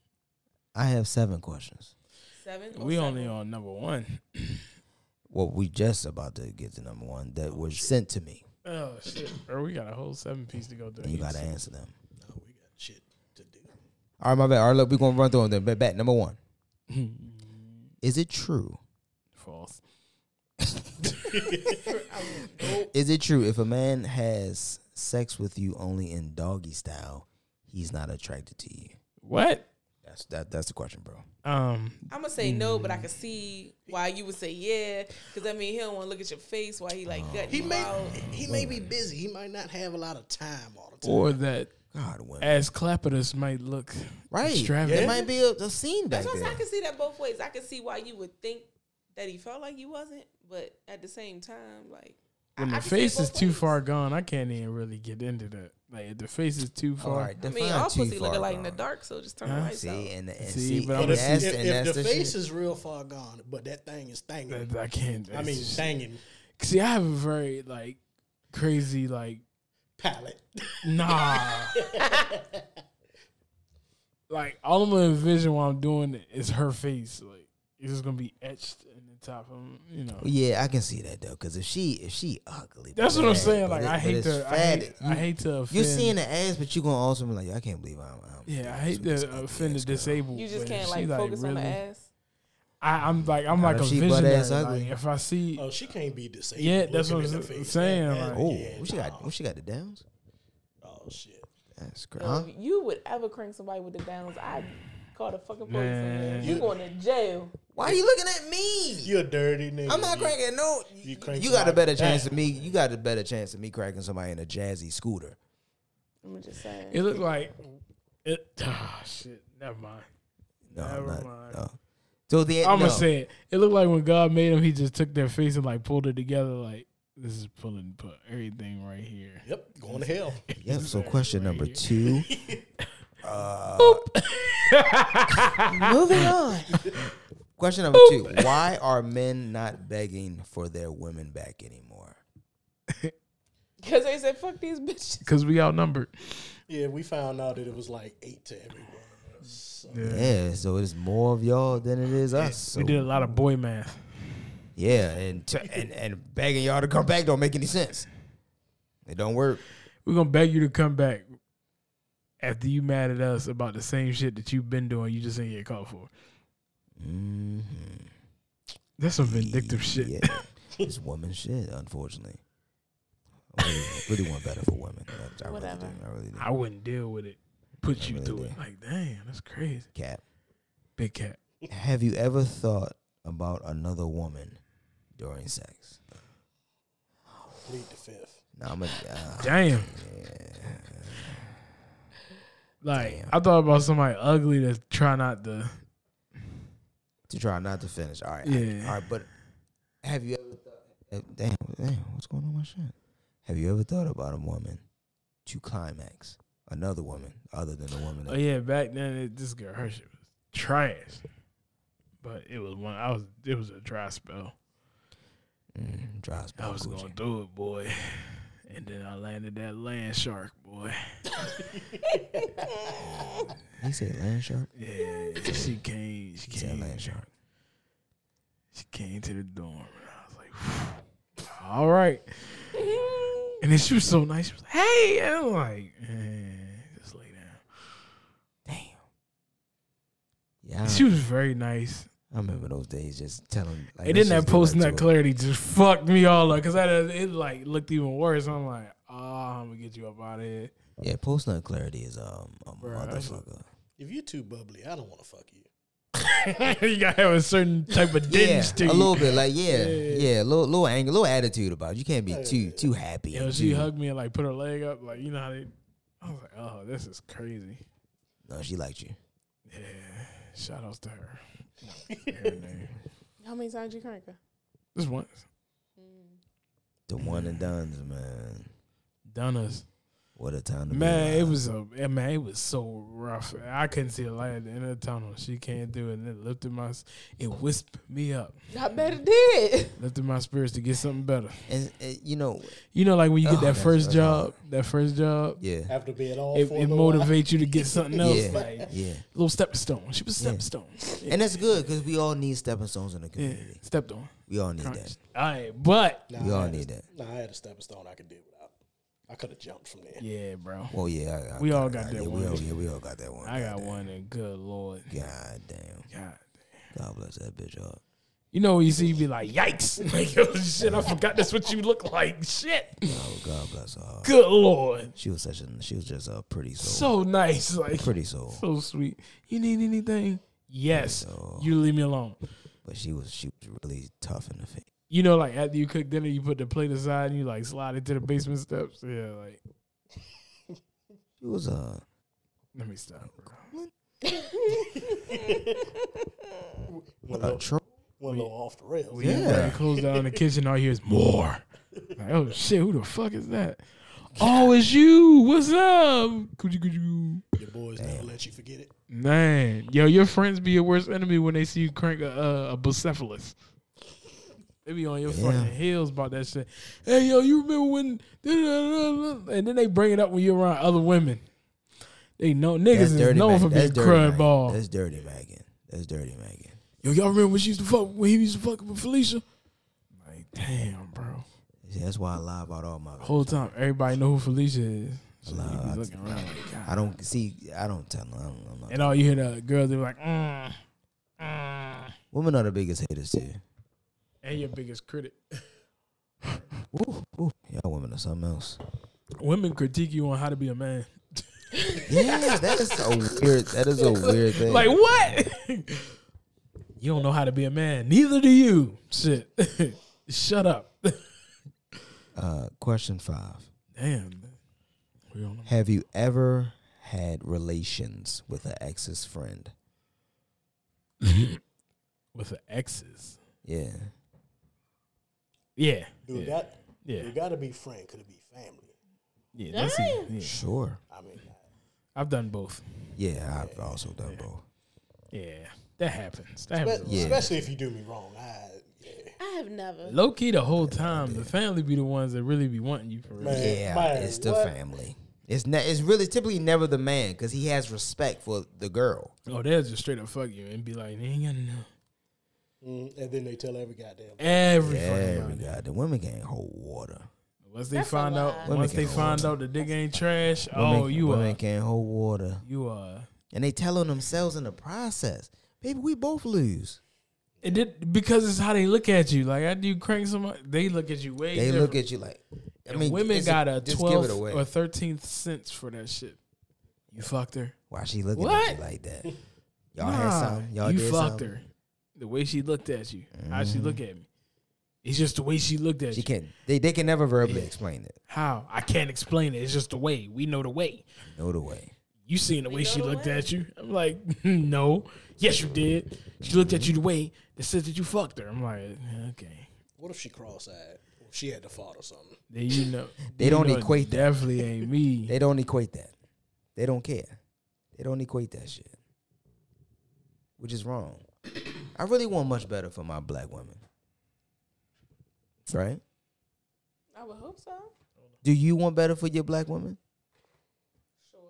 C: I have seven questions.
D: Seven. or
E: We
D: seven?
E: only on number one.
C: Well, we just about to get to number one that was sent to me.
E: Oh shit! Or we got a whole seven piece to go through.
C: And you gotta answer them.
D: Oh,
F: No, we got shit to do.
C: All right, my bad. All right, look, we're gonna run through them. then. Back, back number one. Is it true?
E: False.
C: Is it true if a man has sex with you only in doggy style, he's not attracted to you?
E: What?
C: That's that. That's the question, bro.
E: Um,
D: I'm gonna say no, but I can see why you would say yeah, because I mean he don't want to look at your face while he like gutting
F: He
D: you
F: may
D: out.
F: he may be busy. He might not have a lot of time all the time.
E: or that
C: God, women.
E: ass clappertus might look
C: right?
E: extravagant.
C: There might be a, a scene back
D: That's why I
C: there.
D: can see that both ways. I can see why you would think that he felt like you wasn't, but at the same time, like I-
E: When
D: I can
E: the
D: see it
E: face is
D: both
E: too
D: ways.
E: far gone, I can't even really get into that. Like if the face is too
C: All
E: far.
C: right,
D: I
C: define
D: mean, all
C: too
D: pussy
C: far
D: looking like in the
C: gone.
D: dark, so just turn the
E: Huh?
D: lights
C: See,
D: out.
C: and, and
E: See,
C: see,
E: but I'm
C: and
E: a-
C: that's,
F: if,
C: and
F: if
C: that's
F: the, face
C: shit.
F: is real far gone, but that thing is thanging.
E: I can't.
F: I mean, thanging
E: see, I have a very like crazy like
F: palette.
E: nah. like all I'm gonna envision while I'm doing it is her face. Like it's just gonna be etched in the top of you know.
C: Yeah, I can see that though, because if she if she ugly,
E: That's
C: but
E: what I'm
C: bad, but
E: saying. Like
C: it-
E: I
C: but
E: hate
C: it's
E: to, I
C: fat,
E: hate,
C: you-
E: I hate to offend.
C: You're seeing the ass, but you gonna also be like, I can't believe I'm. I'm
E: Yeah, I hate
C: doing this
E: to
C: ugly
E: offend the
C: ass girl."
E: disabled.
D: You just
E: but
D: can't
E: she,
D: like, focus on the ass.
E: I, I'm like I'm
C: Not
E: like
C: if
E: a
C: she butt
E: visionary.
C: ass
E: Like,
C: ugly.
E: if I see,
F: Oh, she can't be disabled.
E: Yeah, that's
F: looking
E: what
F: in
E: I'm
F: the
E: s-
F: face.
E: saying,
F: That-
E: like-
C: Oh,
F: yeah,
C: what she got? What she got? The downs?
F: oh shit.
C: That's
D: You
C: crazy.
D: know,
C: Huh?
D: if you would ever crank somebody with the downs, I'd call the fucking police.
E: Man.
D: Man. You going to jail?
C: Why are you looking at me?
F: You a dirty nigga.
C: I'm not
F: You-
C: cracking no.
F: you
C: You,
F: crank
C: got a
F: somebody
C: better
F: down.
C: chance of me. You got a better chance of me cracking somebody in a jazzy scooter.
D: I'm just saying.
E: it looked like it. Ah, shit. Never mind.
C: No, I'm
E: Never
C: not.
E: mind.
C: No. So the
E: I'm
C: no.
E: gonna say it. It looked like when God made him, he just took their face and like pulled it together. Like this is pulling, put everything right here.
F: Yep, going to hell.
C: Yep. So question number two. Uh, moving on. Question number two: Why are men not begging for their women back anymore?
D: Because they said fuck these bitches.
E: Because we outnumbered.
F: Yeah, we found out that it was like eight to everyone. So,
C: Yeah. So it's more of y'all than it is us. So
E: We did a lot of boy math.
C: yeah, and t- and and begging y'all to come back don't make any sense. It don't work.
E: We're gonna beg you to come back after you mad at us about the same shit that you've been doing. You just ain't get called for.
C: hmm
E: That's some vindictive shit.
C: Yeah. It's woman shit, unfortunately. I really, really want better for women. I, I really do.
D: Whatever.
C: I really do.
E: I wouldn't deal with it. Put you
C: really
E: through
C: do.
E: it. Like, damn, that's crazy.
C: Cap.
E: Big cat.
C: Have you ever thought about another woman during sex?
F: plead the fifth.
C: No, I'm a. Uh,
E: Damn. Like I thought about somebody ugly to try not to.
C: to try not to finish. All right. I-
E: Yeah.
C: all right, but have you ever thought. uh, Damn, damn, what's going on with my shit? Have you ever thought about a woman to climax another woman other than the woman that
E: Oh yeah, back then it, this girl her shit was trash, but it was one. I was it was a dry spell.
C: mm, drives by
E: I was
C: Gucci?
E: going through it, boy, and then I landed that land shark, boy.
C: He said land shark?
E: Yeah, she came. She
C: He said
E: came.
C: land shark.
E: She came to the dorm, and I was like, "All right." And then she was so nice. She was like, "Hey," and I'm like, eh, "Just lay down."
C: Damn. Yeah. I-
E: She was very nice.
C: I remember those days just telling. Like,
E: And
C: let's
E: then that
C: just do
E: post and
C: to
E: that
C: her.
E: clarity just fucked me all up because it like looked even worse. I'm like, oh, I'm gonna get you up out of here.
C: Yeah, post nut clarity is um, a
E: Bruh, that's-
C: motherfucker.
F: If you're too bubbly, I don't want to fuck you.
E: you gotta have a certain type of dinge
C: Yeah,
E: to
C: a
E: you.
C: little bit like yeah, yeah, a little little anger, little attitude about it. you can't be too too happy.
E: You know,
C: and
E: she
C: too-
E: hugged me and like put her leg up, like you know how they. I was like, oh, this is crazy.
C: No, she liked you.
E: Shout outs to her. Her name.
D: How many times you crank her?
E: Just once.
C: The one and done's man.
E: Done us.
C: What a time to be
E: Man, it
C: alive.
E: was a eh, man. It was so rough. I couldn't see a light at the end of the tunnel. She came through and it lifted my. s- It whisked me up,
D: I bet it did.
E: lifted my spirits to get something better.
C: and, and, you know,
E: You know, like when you get
C: Oh,
E: that
C: that's
E: first
C: right.
E: job, that first job,
C: yeah,
F: After being all
E: it,
F: for a
E: it
F: little while.
E: motivates you to get something else.
C: Yeah.
E: Like
C: yeah,
E: little stepping stone. She was a stepping stone. Yeah,
C: and that's good because we all need stepping stones in the community.
E: stepped on.
C: We all need that.
E: Crunched. All right, but
F: Nah,
C: We
F: I
C: all
F: had a-
C: need that.
F: Nah, I had a stepping stone I could do without. I could have jumped from there.
E: yeah, bro,
C: Well, Oh, yeah, I, I
E: We all
C: kinda
E: got that
C: yeah,
E: one.
C: We all, yeah, we all got that one.
E: I got
C: Goddamn.
E: one. And good lord,
C: God damn.
E: God.
C: God bless that bitch up.
E: You know, you see, you be like, yikes. Like, oh, shit, I forgot that's what you look like. Shit.
C: Oh, God bless her. heart.
E: Good Lord.
C: She was such a. She was just a pretty soul.
E: So nice. Like,
C: pretty soul.
E: so sweet. You need anything? Yes.
C: So-
E: You leave me alone.
C: But she was. She was really tough in the face.
E: You know, like, after you cook dinner, you put the plate aside and you, like, slide it to the basement steps. Yeah, like,
C: She was a.
E: let me stop, bro.
F: Went, a
C: a
F: little,
C: tro-
F: went a little off the rails.
E: We yeah.
C: Yeah.
E: close down the kitchen. All you hear is more. Like, oh, shit, who the fuck is that? Oh, it's you. What's up? Coochie, coochie.
F: Your boys never let you forget it.
E: Man, yo, your friends be your worst enemy when they see you crank a, a, a bucephalus. They be on your
C: Yeah.
E: fucking heels about that shit. Hey, yo, you remember when? And then they bring it up when you're around other women. They know niggas is known
C: Mag-
E: for being
C: that's dirty
E: crud
C: Megan.
E: ball.
C: That's dirty Megan. That's dirty Megan.
E: Yo, y'all remember when she used to fuck when he used to fuck with Felicia? Like, damn, bro.
C: See, that's why I lie about all my.
E: Whole time everybody know who Felicia is. So you
C: Nah, I-
E: be looking around like, God.
C: I don't see. I don't tell. I don't, I'm not,
E: And all you hear the girls they be like, mm, mm.
C: women are the biggest haters too.
E: and your biggest critic.
C: Ooh, ooh. Y'all women are something else.
E: Women critique you on how to be a man.
C: Yeah, that is a weird. That is a weird thing.
E: Like what? you don't know how to be a man. Neither do you. Shit. Shut up.
C: uh, question five.
E: Damn. We on the-
C: Have you ever had relations with an ex's friend?
E: with the exes.
C: Yeah.
E: Yeah.
F: Dude,
E: yeah.
F: that
E: Yeah.
F: you got to be friend. Could it be family?
E: yeah, that's it. Yeah.
C: Sure.
F: I mean,
E: I've done both.
C: Yeah, I've also done both.
E: Yeah. That happens. That
F: but
E: happens.
C: Yeah.
F: especially if you do me wrong. I, yeah.
D: I have never.
E: Low key the whole time. The family be the ones that really be wanting you for real.
F: Man.
C: Yeah,
F: Man,
C: it's the
F: what?
C: family. It's ne- it's really typically never the man because he has respect for the girl.
E: Oh, they'll just straight up fuck you and be like, they ain't got enough.
F: Mm, and then they tell every goddamn.
E: Every fucking
C: Yeah,
E: body.
C: we got the women can't hold water.
E: Once they
D: That's a
E: find out,
D: lie.
C: Women
E: once they
C: can't
E: find
C: hold
E: out the dick ain't trash,
C: Women,
E: oh, you
C: women
E: are,
C: can't hold water,
E: you are.
C: and they telling themselves in the process, baby, we both lose.
E: It did, because it's how they look at you. Like after you crank somebody, they look at you way.
C: They
E: different.
C: look at you like, I
E: And
C: mean,
E: women
C: it's
E: got a
C: just
E: twelfth
C: give it away.
E: or thirteenth sense for that shit. You fucked her.
C: Why she looking
E: What?
C: at you like that? Y'all had something. Y'all
E: you
C: did
E: fucked
C: something?
E: her. The way she looked at you, how she look at me. It's just the way she looked at
C: She
E: you.
C: can't. They they can never verbally explain it.
E: How I can't explain it. It's just the way we know the way.
C: No the way.
E: You seen the way she
D: know the
E: looked
D: way.
E: at you? I'm like, no. Yes, you did. She looked at you the way that says that you fucked her. I'm like, okay.
F: What if she cross-eyed? Or she had to fought or something.
E: Then you know
C: They
E: you
C: don't
E: know it
C: equate that.
E: Definitely ain't me.
C: They don't equate that. They don't care. They don't equate that shit, which is wrong. I really want much better for my black women, right?
D: I would hope so.
C: Do you want better for your black women?
D: Sure.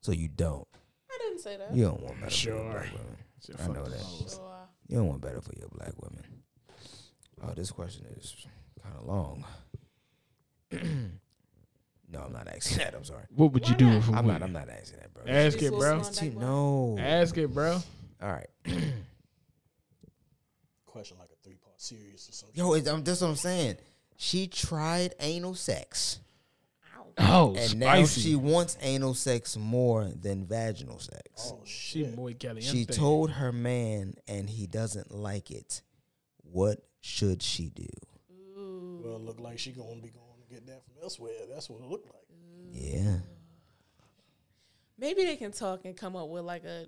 C: So you don't.
D: I didn't say that.
C: You don't want better. For your
E: Sure.
C: black women.
E: Shit,
C: I
E: fuck
C: know
E: the
C: that.
E: hoes.
D: Sure.
C: You don't want better for your black women. Oh, this question is kind of long. no, I'm not asking that. I'm sorry.
E: What would you do if
C: I'm not. I'm not asking that, bro.
E: Ask
D: Be
E: it,
D: so
E: bro.
D: small.
C: It's too- no.
E: Ask it, bro.
C: All right.
F: Question like a three-part series or something.
C: Yo, it's, um, that's what I'm saying. She tried anal sex,
E: Oh,
C: and now
E: spicy.
C: she wants anal sex more than vaginal sex.
F: Oh
E: she
F: shit!
E: muy caliente.
C: she told her man, and he doesn't like it. What should she do?
F: Well, it look like she gonna be going to get that from elsewhere. That's what it looked like.
C: Yeah,
D: Maybe they can talk and come up with like a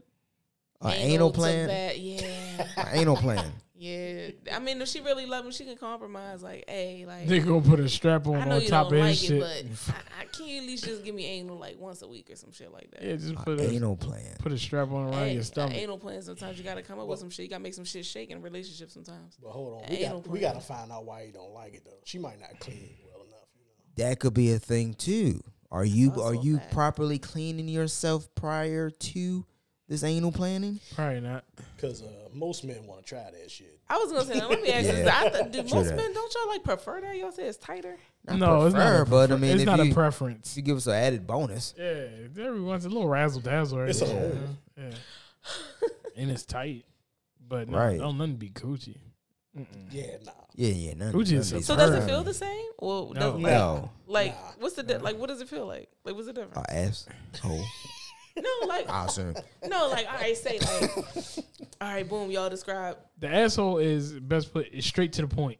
C: Or anal
D: took
C: plan?
D: that- Yeah.
C: Or anal plan.
D: Yeah. I mean, if she really loves him, she can compromise. Like, hey, like.
E: They gonna put a strap on
D: I know
E: on
D: you
E: top
D: don't
E: of his
D: like
E: shit.
D: it, but I, I can you at least just give me anal like once a week or some shit like that.
E: yeah, just
C: Or
E: put a
C: anal plan.
E: put a strap on around
D: Hey,
E: your stomach.
D: Anal plan. Sometimes you gotta come up with some shit. You gotta make some shit shake in a relationship sometimes.
F: But hold on, we
D: Anal
F: got we
D: plan.
F: got to find out why he don't like it though. She might not clean well enough. You know?
C: That could be a thing too. Are you are
D: also
C: you
D: bad.
C: properly cleaning yourself prior to this anal planning?
E: Probably not.
F: Because uh, most men want to try that shit.
D: I was gonna say, now, let me ask you this.
C: Yeah.
D: I th- do
C: True
D: most
C: that.
D: men don't y'all like prefer that? Y'all say it's tighter.
E: no, it's not.
C: prefer,
E: A
C: but I
E: prefer-
C: mean,
E: it's
C: if
E: not
C: you-
E: a preference.
C: You give us an added bonus.
E: Yeah, every once a little razzle dazzle.
F: It's
E: yeah.
F: a hole.
E: yeah. and it's tight, but no,
C: Right.
E: don't nothing be coochie.
F: Yeah, nah.
C: Yeah, yeah. None,
E: Who
C: none
E: just
C: of
E: said
D: So
C: these-
D: does it feel the same? Well, does,
E: No.
D: like,
C: no?
D: like what's the di- like? What does it feel like? Like, what's the difference?
C: Our ass hole.
D: no, like
C: Awesome.
D: no, like all right, say like, all right, boom, y'all describe.
E: The asshole is best put is straight to the point.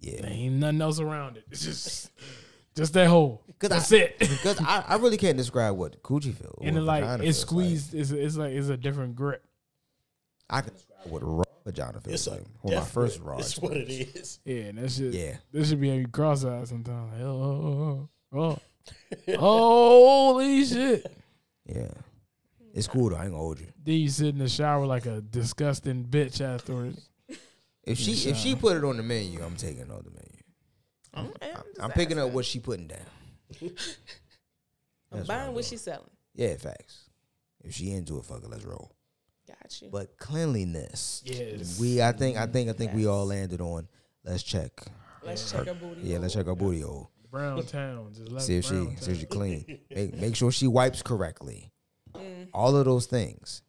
E: There
C: Yeah.
E: ain't nothing else around it. It's just just that hole.
C: Good
E: That's
C: eye.
E: it.
C: Because I, I really can't describe what coochie feels.
E: and it like it's squeezed. It's it's like it's a different grip.
C: I can describe what raw vagina feels
F: It's
C: like.
F: a
C: Well, my
F: death
C: first
F: grip.
C: raw.
F: It's what it is.
E: Yeah, and that should
C: Yeah.
E: That should be on your cross eyed sometimes. Like, oh, oh, oh, oh. holy shit!
C: Yeah. It's cool though. I ain't gonna hold you.
E: Then you sit in the shower like a disgusting bitch afterwards.
C: If she if she put it on the menu, I'm taking it off the menu.
D: I'm,
C: I'm picking up what she putting down.
D: I'm buying what she's selling.
C: Yeah, facts. If she into it, fuck it, let's roll.
D: Got you.
C: But cleanliness.
E: Yes.
C: We I think I think I think we all landed on let's check.
D: Let's check her booty.
C: Yeah, let's check our booty hole.
E: Brown town, just left
C: See if she
E: Brown
C: see if she
E: town.
C: clean. Make make sure she wipes correctly. All of those things.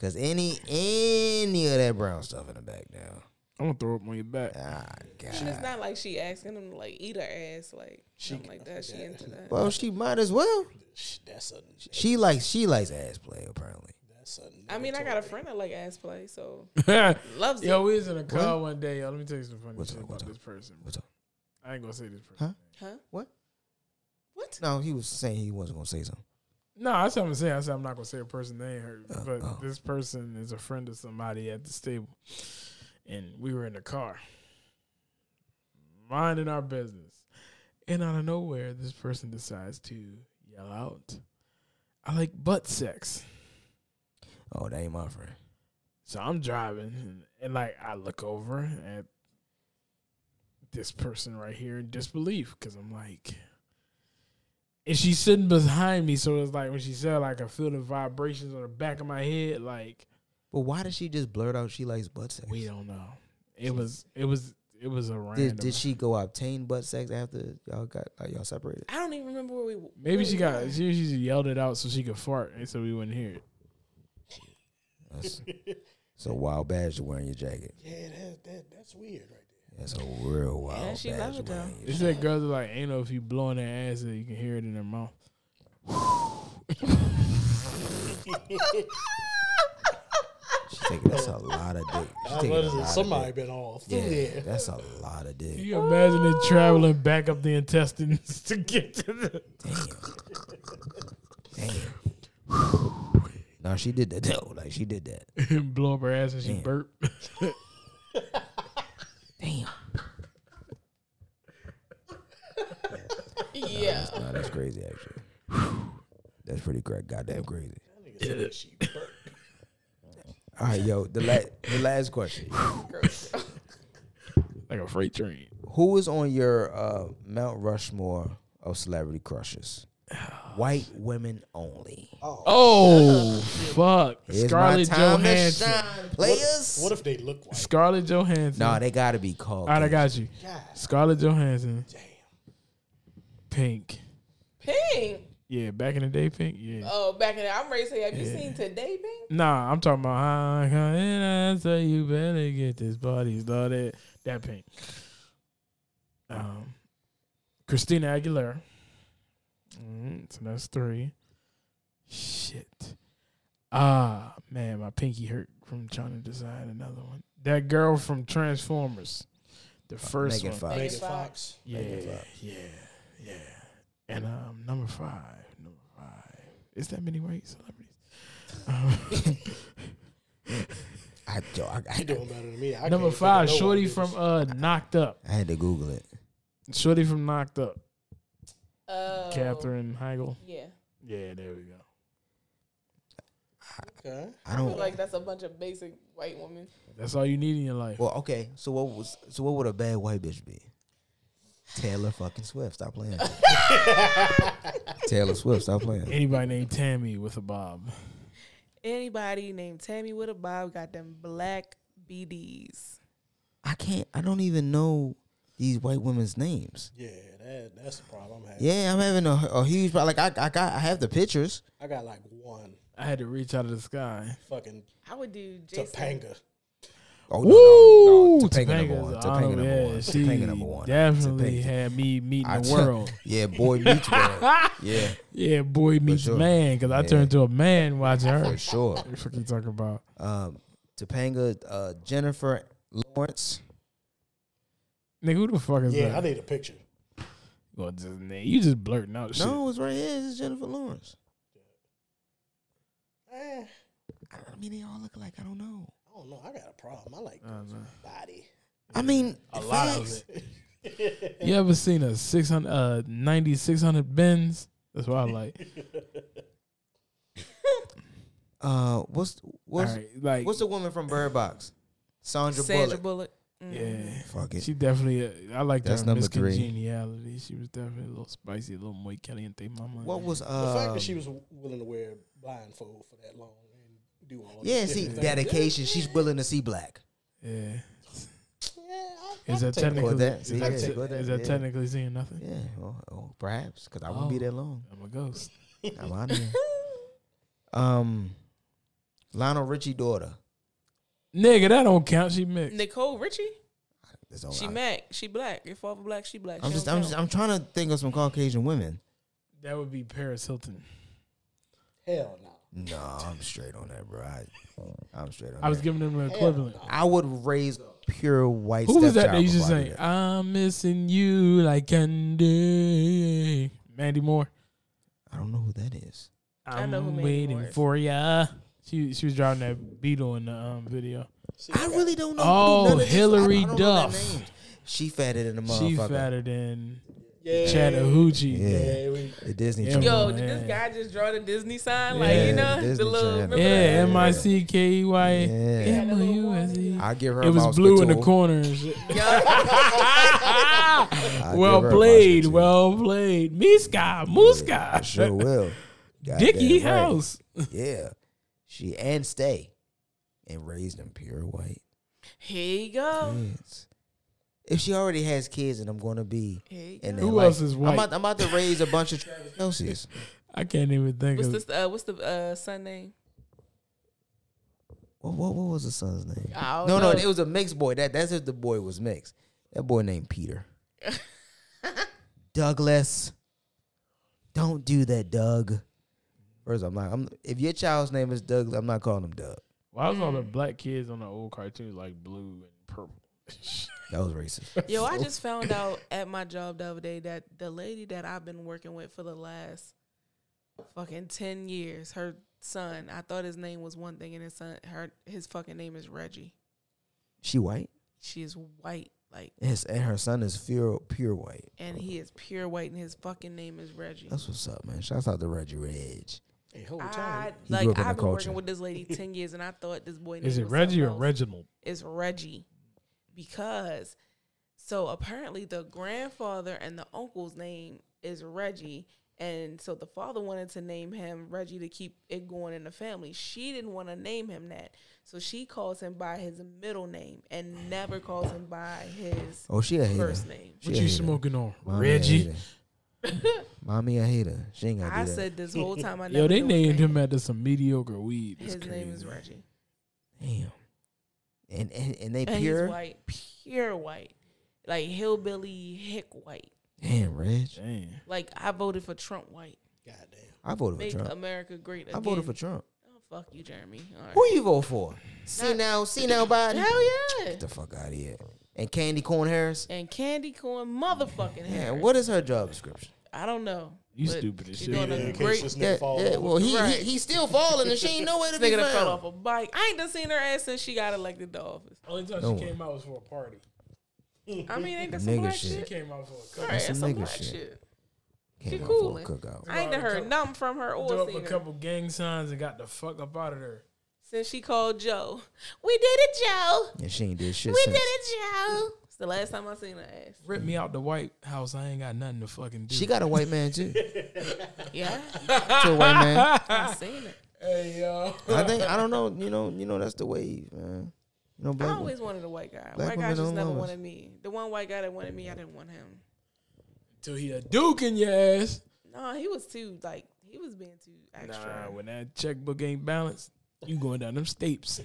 C: Cause any any of that brown stuff in the back now.
E: I'm gonna throw up on your back.
C: Ah
D: And it's
C: god.
D: not like she asking him to like eat her ass like something like that. She into that.
C: Well, she might as well.
F: Sh- That's a
C: She likes she likes ass play apparently.
F: that's a.
D: I mean, I got a friend that like ass play, so loves it.
E: yo, we was in a car one day. Yo, let me tell you some funny
C: What's
E: shit
C: up,
E: about
C: what's up,
E: this person.
C: what's up?
E: I ain't gonna say this person.
C: Huh?
D: Huh?
C: What?
D: What?
C: No, he was saying he wasn't gonna say something.
E: No, that's what I'm saying. I said I'm not gonna say a person name hurt,
C: Oh,
E: but
C: oh.
E: this person is a friend of somebody at the stable, and we were in the car, minding our business, and out of nowhere, this person decides to yell out, "I like butt sex."
C: Oh, that ain't my friend.
E: So I'm driving, and, and like I look over at this person right here in disbelief because I'm like, and she's sitting behind me, so it's like when she said, like I feel the vibrations on the back of my head, like
C: But why did she just blurt out she likes butt sex?
E: we don't know. It was, it was, it was a random.
C: Did, did she go obtain butt sex after y'all got like, y'all separated?
D: I don't even remember where we. where
E: Maybe she
D: we
E: got
D: were.
E: she, she just yelled it out so she could fart, and so we wouldn't hear it.
C: That's, it's a wild badge to wear in your jacket.
F: Yeah, that, that that's weird right there.
C: That's a real wild
D: she
C: badge
D: love
C: to
D: it,
C: wear.
D: though.
C: in your
E: They said girls are like ain't know if you blowing their ass, so you can hear it in their mouth.
C: She's taking that's a lot of dick. She's taking
F: What
C: a
F: is it?
C: lot
F: Somebody
C: of dick.
F: been off.
C: Yeah,
F: Yeah.
C: that's a lot of dick.
E: Can you imagine
C: Oh.
E: it traveling back up the intestines to get to the
C: Damn. no, she did that though. Like she did that.
E: and blow up her ass and she
C: Damn.
E: burp.
C: Damn.
D: Yeah.
C: Nah, that's crazy actually. That's pretty cra- goddamn crazy. All right, yo. The last, the last question.
E: like a freight train.
C: Who is on your uh, Mount Rushmore of celebrity crushes? White women only.
E: Oh fuck.
C: Here's
E: Scarlett
C: my time
E: Johansson.
C: to shine, players.
F: What if they look like?
E: Scarlett Johansson.
C: nah, they gotta be called.
E: All right, I got you.
F: God
E: Scarlett Johansson.
F: damn.
E: Pink.
D: Pink.
E: Yeah, back in the day, Pink. Yeah.
D: Oh, back in the I'm ready to say, have you seen today, Pink?
E: Nah, I'm talking about how I come in and so you better get this body started. That Pink. Um, Christina Aguilera. Mm, so that's three. Shit. Ah, man, my pinky hurt from trying to design another one. That girl from Transformers, the first
C: Megan
E: one.
C: Fox.
F: Megan Fox.
E: Yeah, yeah, yeah. And um, number five, number five. Is that many white celebrities? Um,
C: Yo, I, I,
F: You doing better than me. I
E: Number
F: can't figure
E: five,
F: no
E: Shorty
F: one
E: from
F: is.
E: uh Knocked Up.
C: I had to Google it.
E: Shorty from Knocked Up.
D: Oh,
E: Catherine Heigl.
D: Yeah.
E: Yeah, there we go.
F: Okay.
C: I
D: I
C: don't.
D: feel like that's a bunch of basic white women.
E: That's all you need in your life.
C: well, okay. So what was? So what would a bad white bitch be? Taylor fucking Swift. Stop playing. Taylor Swift. Stop playing.
E: Anybody named Tammy with a bob.
D: Anybody named Tammy with a bob got them black BDs.
C: I can't. I don't even know these white women's names.
F: Yeah, that that's the problem I'm having.
C: Yeah, I'm having a, a huge. pro- Like I, I got. I have the pictures.
F: I got like one
E: I had to reach out of the sky.
F: fucking
D: I would do Jason.
F: Topanga.
C: Oh
E: Woo!
C: no, no, no. Topanga number one.
E: Topanga's
C: Topanga
E: honorable.
C: number
E: Yeah,
C: one.
E: she
C: Topanga number one.
E: Definitely
C: Topanga.
E: had me meeting
C: I
E: the
C: t-
E: world.
C: yeah, boy meets world. Yeah,
E: yeah, boy meets
C: sure.
E: man, because I
C: Yeah.
E: turned to a man watching her.
C: for sure.
E: What the fuck you talking about?
C: Um, Topanga, uh, Jennifer Lawrence.
E: Nigga, who the fuck is
F: Yeah, I
E: that?
F: need a picture.
E: Well, just- nigga, you just blurting out shit.
C: No, it's right here. It's Jennifer Lawrence.
F: Eh,
C: I I mean, they all look alike. I don't know.
F: I don't know. I got a problem. I like
E: I don't know.
F: body.
C: I mean,
E: A lot of
C: facts.
E: it. You ever seen a 600, uh, 9600 Benz? That's what I like.
C: Uh, what's what's
E: All right, like,
C: what's the woman from Bird Box? Sandra,
D: Sandra
C: Bullock.
D: Bullock.
E: yeah.
C: Fuck it.
E: She definitely, uh, I like
C: Mm. That's
E: her
C: number
E: Miss
C: three.
E: Congeniality. She was definitely a little spicy, a little muy caliente, mama.
C: What was
F: The
C: uh?
F: fact that she was willing to wear blindfold for that long and do all
C: yeah,
F: these
C: see,
F: different things.
C: dedication. She's willing to see black.
E: Yeah.
F: Yeah, I- I
E: Is
F: can
E: that
F: take it.
E: technically,
C: that.
E: is
C: See,
E: that,
C: yeah,
E: te-
C: go there,
E: is that
C: yeah.
E: technically seeing nothing?
C: Yeah, well, oh, perhaps because I won't be
E: Oh.
C: there long.
E: I'm a ghost.
C: I'm out of here. Um, Lionel Richie daughter.
E: Nigga, that don't count. She mixed.
D: Nicole Richie.
C: That's all
D: She
C: I-
D: Mac. She black. Your father black. She black.
C: I'm
D: She
C: just,
D: don't
C: I'm just,
D: count.
C: I'm trying to think of some Caucasian women.
E: That would be Paris Hilton.
F: Hell no.
C: No, I'm straight on that, bro. I, I'm straight on.
E: I was
C: that.
E: giving them an equivalent.
C: I would raise a pure white.
E: Who was that that
C: stepchild
E: used to
C: before I do
E: sing,
C: that.
E: I'm missing you like candy? Mandy Moore.
C: I don't know who that is.
E: I'm
D: know who Mandy
E: waiting
D: Moore is.
E: for ya. She she was driving that Beetle in the um, video.
F: See,
C: I really don't know.
E: Oh,
C: who none of these- I don't- I
E: Hillary
C: don't know their
E: Duff.
C: names. She fatter than a motherfucker.
E: She fatter than
F: yeah,
E: Chattahoochee.
C: Yeah.
F: Yeah, we,
C: The Disney
E: Yeah.
C: Channel.
D: Yo,
E: Oh,
D: did this
E: man.
D: guy just draw the Disney sign? Like
E: Yeah,
D: you know
C: Disney
D: the little.
C: Channel.
D: Remember
E: Yeah,
D: that?
E: M I C K E Y
C: Yeah.
E: M U S E.
C: I give her.
E: It was
C: mouse
E: blue in the
C: couture.
E: corner and shit.
C: I
E: well
C: give her a mouse
E: played,
C: couture.
E: well played. Miska, Muska.
C: I sure will. God
E: Dickie
C: damn right.
E: House.
C: Yeah, she and stay, and raised them pure white
D: Here you go.
C: kids. If she already has kids, and I'm going to be
D: Here you
C: in
D: go.
C: their
E: Who
C: life,
E: else is white?
C: I'm about, I'm about to raise a bunch of Travis Kelce's.
E: I can't even think
D: What's
E: of
D: this? Uh, what's the uh, son name?
C: What, what what was the son's name?
D: I don't
C: No, no,
D: know.
C: it was a mixed boy. That that's if the boy was mixed. That boy named Peter. Douglas. Don't do that, Doug. First, I'm not. I'm, if your child's name is Douglas, I'm not calling him Doug.
E: Why was all the
D: Mm.
E: black kids on the old cartoons like blue and purple?
C: That was racist.
D: Yo, I just found out at my job the other day that the lady that I've been working with for the last fucking ten years, her son, I thought his name was one thing, and his son, her, his fucking name is Reggie.
C: She white.
D: She is white, like,
C: Yes, and her son is pure pure white.
D: and he is pure white, and his fucking name is Reggie.
C: That's what's up, man. Shouts out to Reggie Ridge.
F: hey, hold
D: I
F: time.
C: He grew
D: like.
C: up in the
D: I've been
C: culture.
D: working with this lady ten years, and I thought this boy.
E: Is
D: name
E: it
D: was
E: Reggie
D: something
E: or
D: else.
E: Reginald?
D: is Reggie because so apparently the grandfather and the uncle's name is Reggie. And so the father wanted to name him Reggie to keep it going in the family. She didn't want to name him that. So she calls him by his middle name and never calls him by his
C: Oh, she a hater.
D: first name.
C: She
E: What
C: a
E: you
C: hater.
E: smoking on?
C: Mommy a
E: Reggie.
C: hater. Mommy, I hate her. She ain't got to do
D: I
C: that.
D: said this whole time I never
E: Yo, they
D: knew
E: named
D: his
E: him
D: name.
E: after some mediocre weed. That's
D: His name is
E: crazy.
D: Reggie.
C: Damn. And and, and they
D: And
C: pure.
D: he's white. Pure white. Like hillbilly hick white.
C: Damn, Reg.
E: Damn.
D: Like I voted for Trump white.
F: Goddamn.
C: I voted
D: Make
C: for Trump.
D: America great again.
C: I voted for Trump.
D: Oh, fuck you, Jeremy. All right.
C: Who you vote for? See now, see now, Biden.
D: Hell yeah.
C: Get the fuck out of here. And Candy Corn Harris.
D: And candy corn motherfucking hair.
C: Man, what is her job description?
D: I don't know.
E: You
D: But
E: stupid as
D: you
E: shit.
D: know what I
F: Yeah,
D: mean?
F: in
D: Great.
F: case this
C: Yeah,
F: nigga fall
C: yeah,
F: over.
C: well, he,
D: Right.
C: he he's still falling, and she ain't nowhere to be
D: Nigga done fell
C: found.
D: off a bike. I ain't done seen her ass since she got elected to office.
E: Only time
C: Don't
E: she
C: worry.
E: came out was for a party.
D: I mean, ain't that some
C: Nigga
D: black
C: shit.
E: She
D: shit?
E: came out for a
D: Her
E: couple.
C: That's
D: ass
C: some
D: some
C: nigga
D: black
C: shit.
D: shit.
C: Came
D: She
C: out for a
D: cooling.
C: Cookout.
D: I ain't done heard nothing from her
E: Threw
D: or
E: up
D: seen
E: a
D: her.
E: couple gang signs and got the fuck up out of there.
D: since she called Joe. We did it, Joe.
C: And she ain't did shit
D: We did
C: since.
D: it, Joe. It's the last time I seen her ass.
E: Rip me out the White House. I ain't got nothing to fucking do.
C: She got a white man too. She
D: Yeah,
C: a white man.
D: I seen it.
E: hey yo.
C: I think I don't know. You know. You know. That's the wave, man. You know,
D: I
C: black
D: always wanted a white guy.
C: Black
D: white guy
C: women
D: just
C: don't
D: never
C: love us.
D: wanted me. The one white guy that wanted me, I didn't want him.
E: Till he a duke in your ass.
D: No, he was too like he was being too
E: Nah,
D: extra.
E: when that checkbook ain't balanced, you going down them steeps.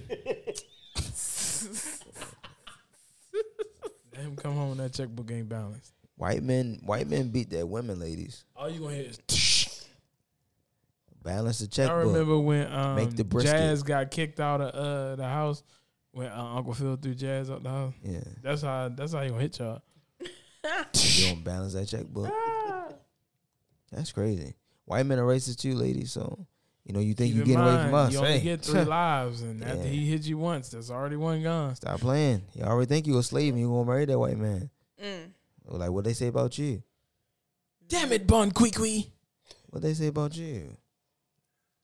E: Let him come home. That checkbook ain't balanced.
C: white men. White men beat their women, ladies.
E: All you gonna hear is. Tsh.
C: Balance the
E: I
C: checkbook.
E: remember when um,
C: Make the brisket.
E: Jazz got kicked out of uh, the house when uh, Uncle Phil threw Jazz out the house.
C: Yeah.
E: That's how. That's how he gonna hit y'all.
C: You don't balance that checkbook. That's crazy. White men are racist too, ladies. So you know you think
E: Keep
C: you
E: in
C: getting away from
E: mind,
C: us.
E: You only
C: Hey,
E: get three lives, and after
C: Yeah.
E: he hit you once, that's already one gone.
C: Stop playing. You already think you a slave and you gonna marry that white man.
D: Mm.
C: Like what they say about you?
E: Damn it, Bon Quiqui.
C: What they say about you?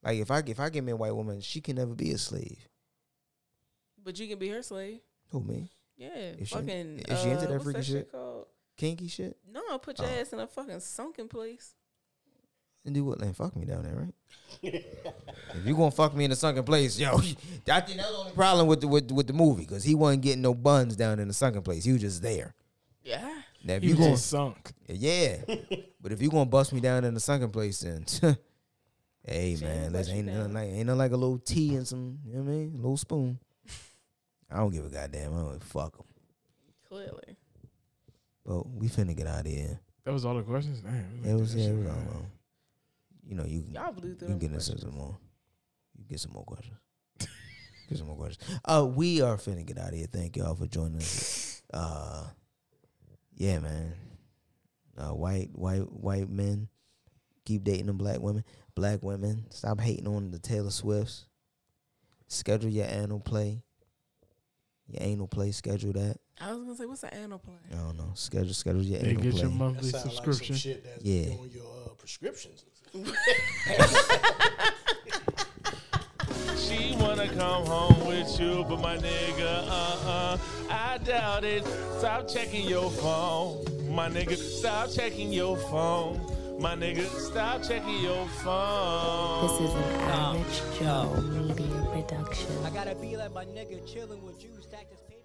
C: Like if I if I get me a white woman, she can never be a slave.
D: But you can be her slave.
C: Who me?
D: Yeah,
C: she-
D: fucking.
C: is she into
D: uh,
C: that
D: what's
C: freaky
D: that
C: shit?
D: called?
C: Kinky shit.
D: No, put your
C: Oh.
D: ass in a fucking sunken place.
C: And do what? Then fuck me down there, right? if you gonna fuck me in a sunken place, yo, I think that's the only problem with the with, with the movie because he wasn't getting no buns down in the sunken place. He was just there.
D: Yeah,
C: Now if
E: He
C: you
E: was
C: gonna
E: just sunk.
C: yeah, but if you gonna bust me down in the sunken place, then hey man,
D: bust
C: let's
D: you
C: ain't nothing
D: down.
C: like ain't nothing like a little tea and some you know what I mean, a little spoon. I don't give a goddamn. I don't fuck them.
D: clearly.
C: But we finna get out of here.
E: That was all the questions. Damn,
C: It was, yeah,
E: shit,
C: it was all uh,
E: man.
C: long. You know, you can,
D: Y'all blew
C: you
D: through
C: can
D: them
C: get into some more. You get some more questions. get some more questions. Uh, we are finna get out of here. Thank y'all for joining us. Uh, yeah, man. Uh, white, white, white men keep dating them black women. Black women, stop hating on the Taylor Swifts. Schedule your anal play. Your anal play, schedule that.
D: I was gonna say, what's an anal play?
C: I don't know. Schedule, schedule your
E: Hey,
C: anal
E: get
C: play.
E: your
F: That
E: monthly
F: sound like some
E: subscription.
F: shit that's
C: Yeah.
F: on your uh, prescriptions.
J: She wanna come home with you, but my nigga, uh-uh, I doubt it. Stop checking your phone, my nigga. Stop checking your phone, my nigga. Stop checking your phone.
G: This is an average Joe media production.
K: I gotta be like my nigga chilling with Jews, taxes paid.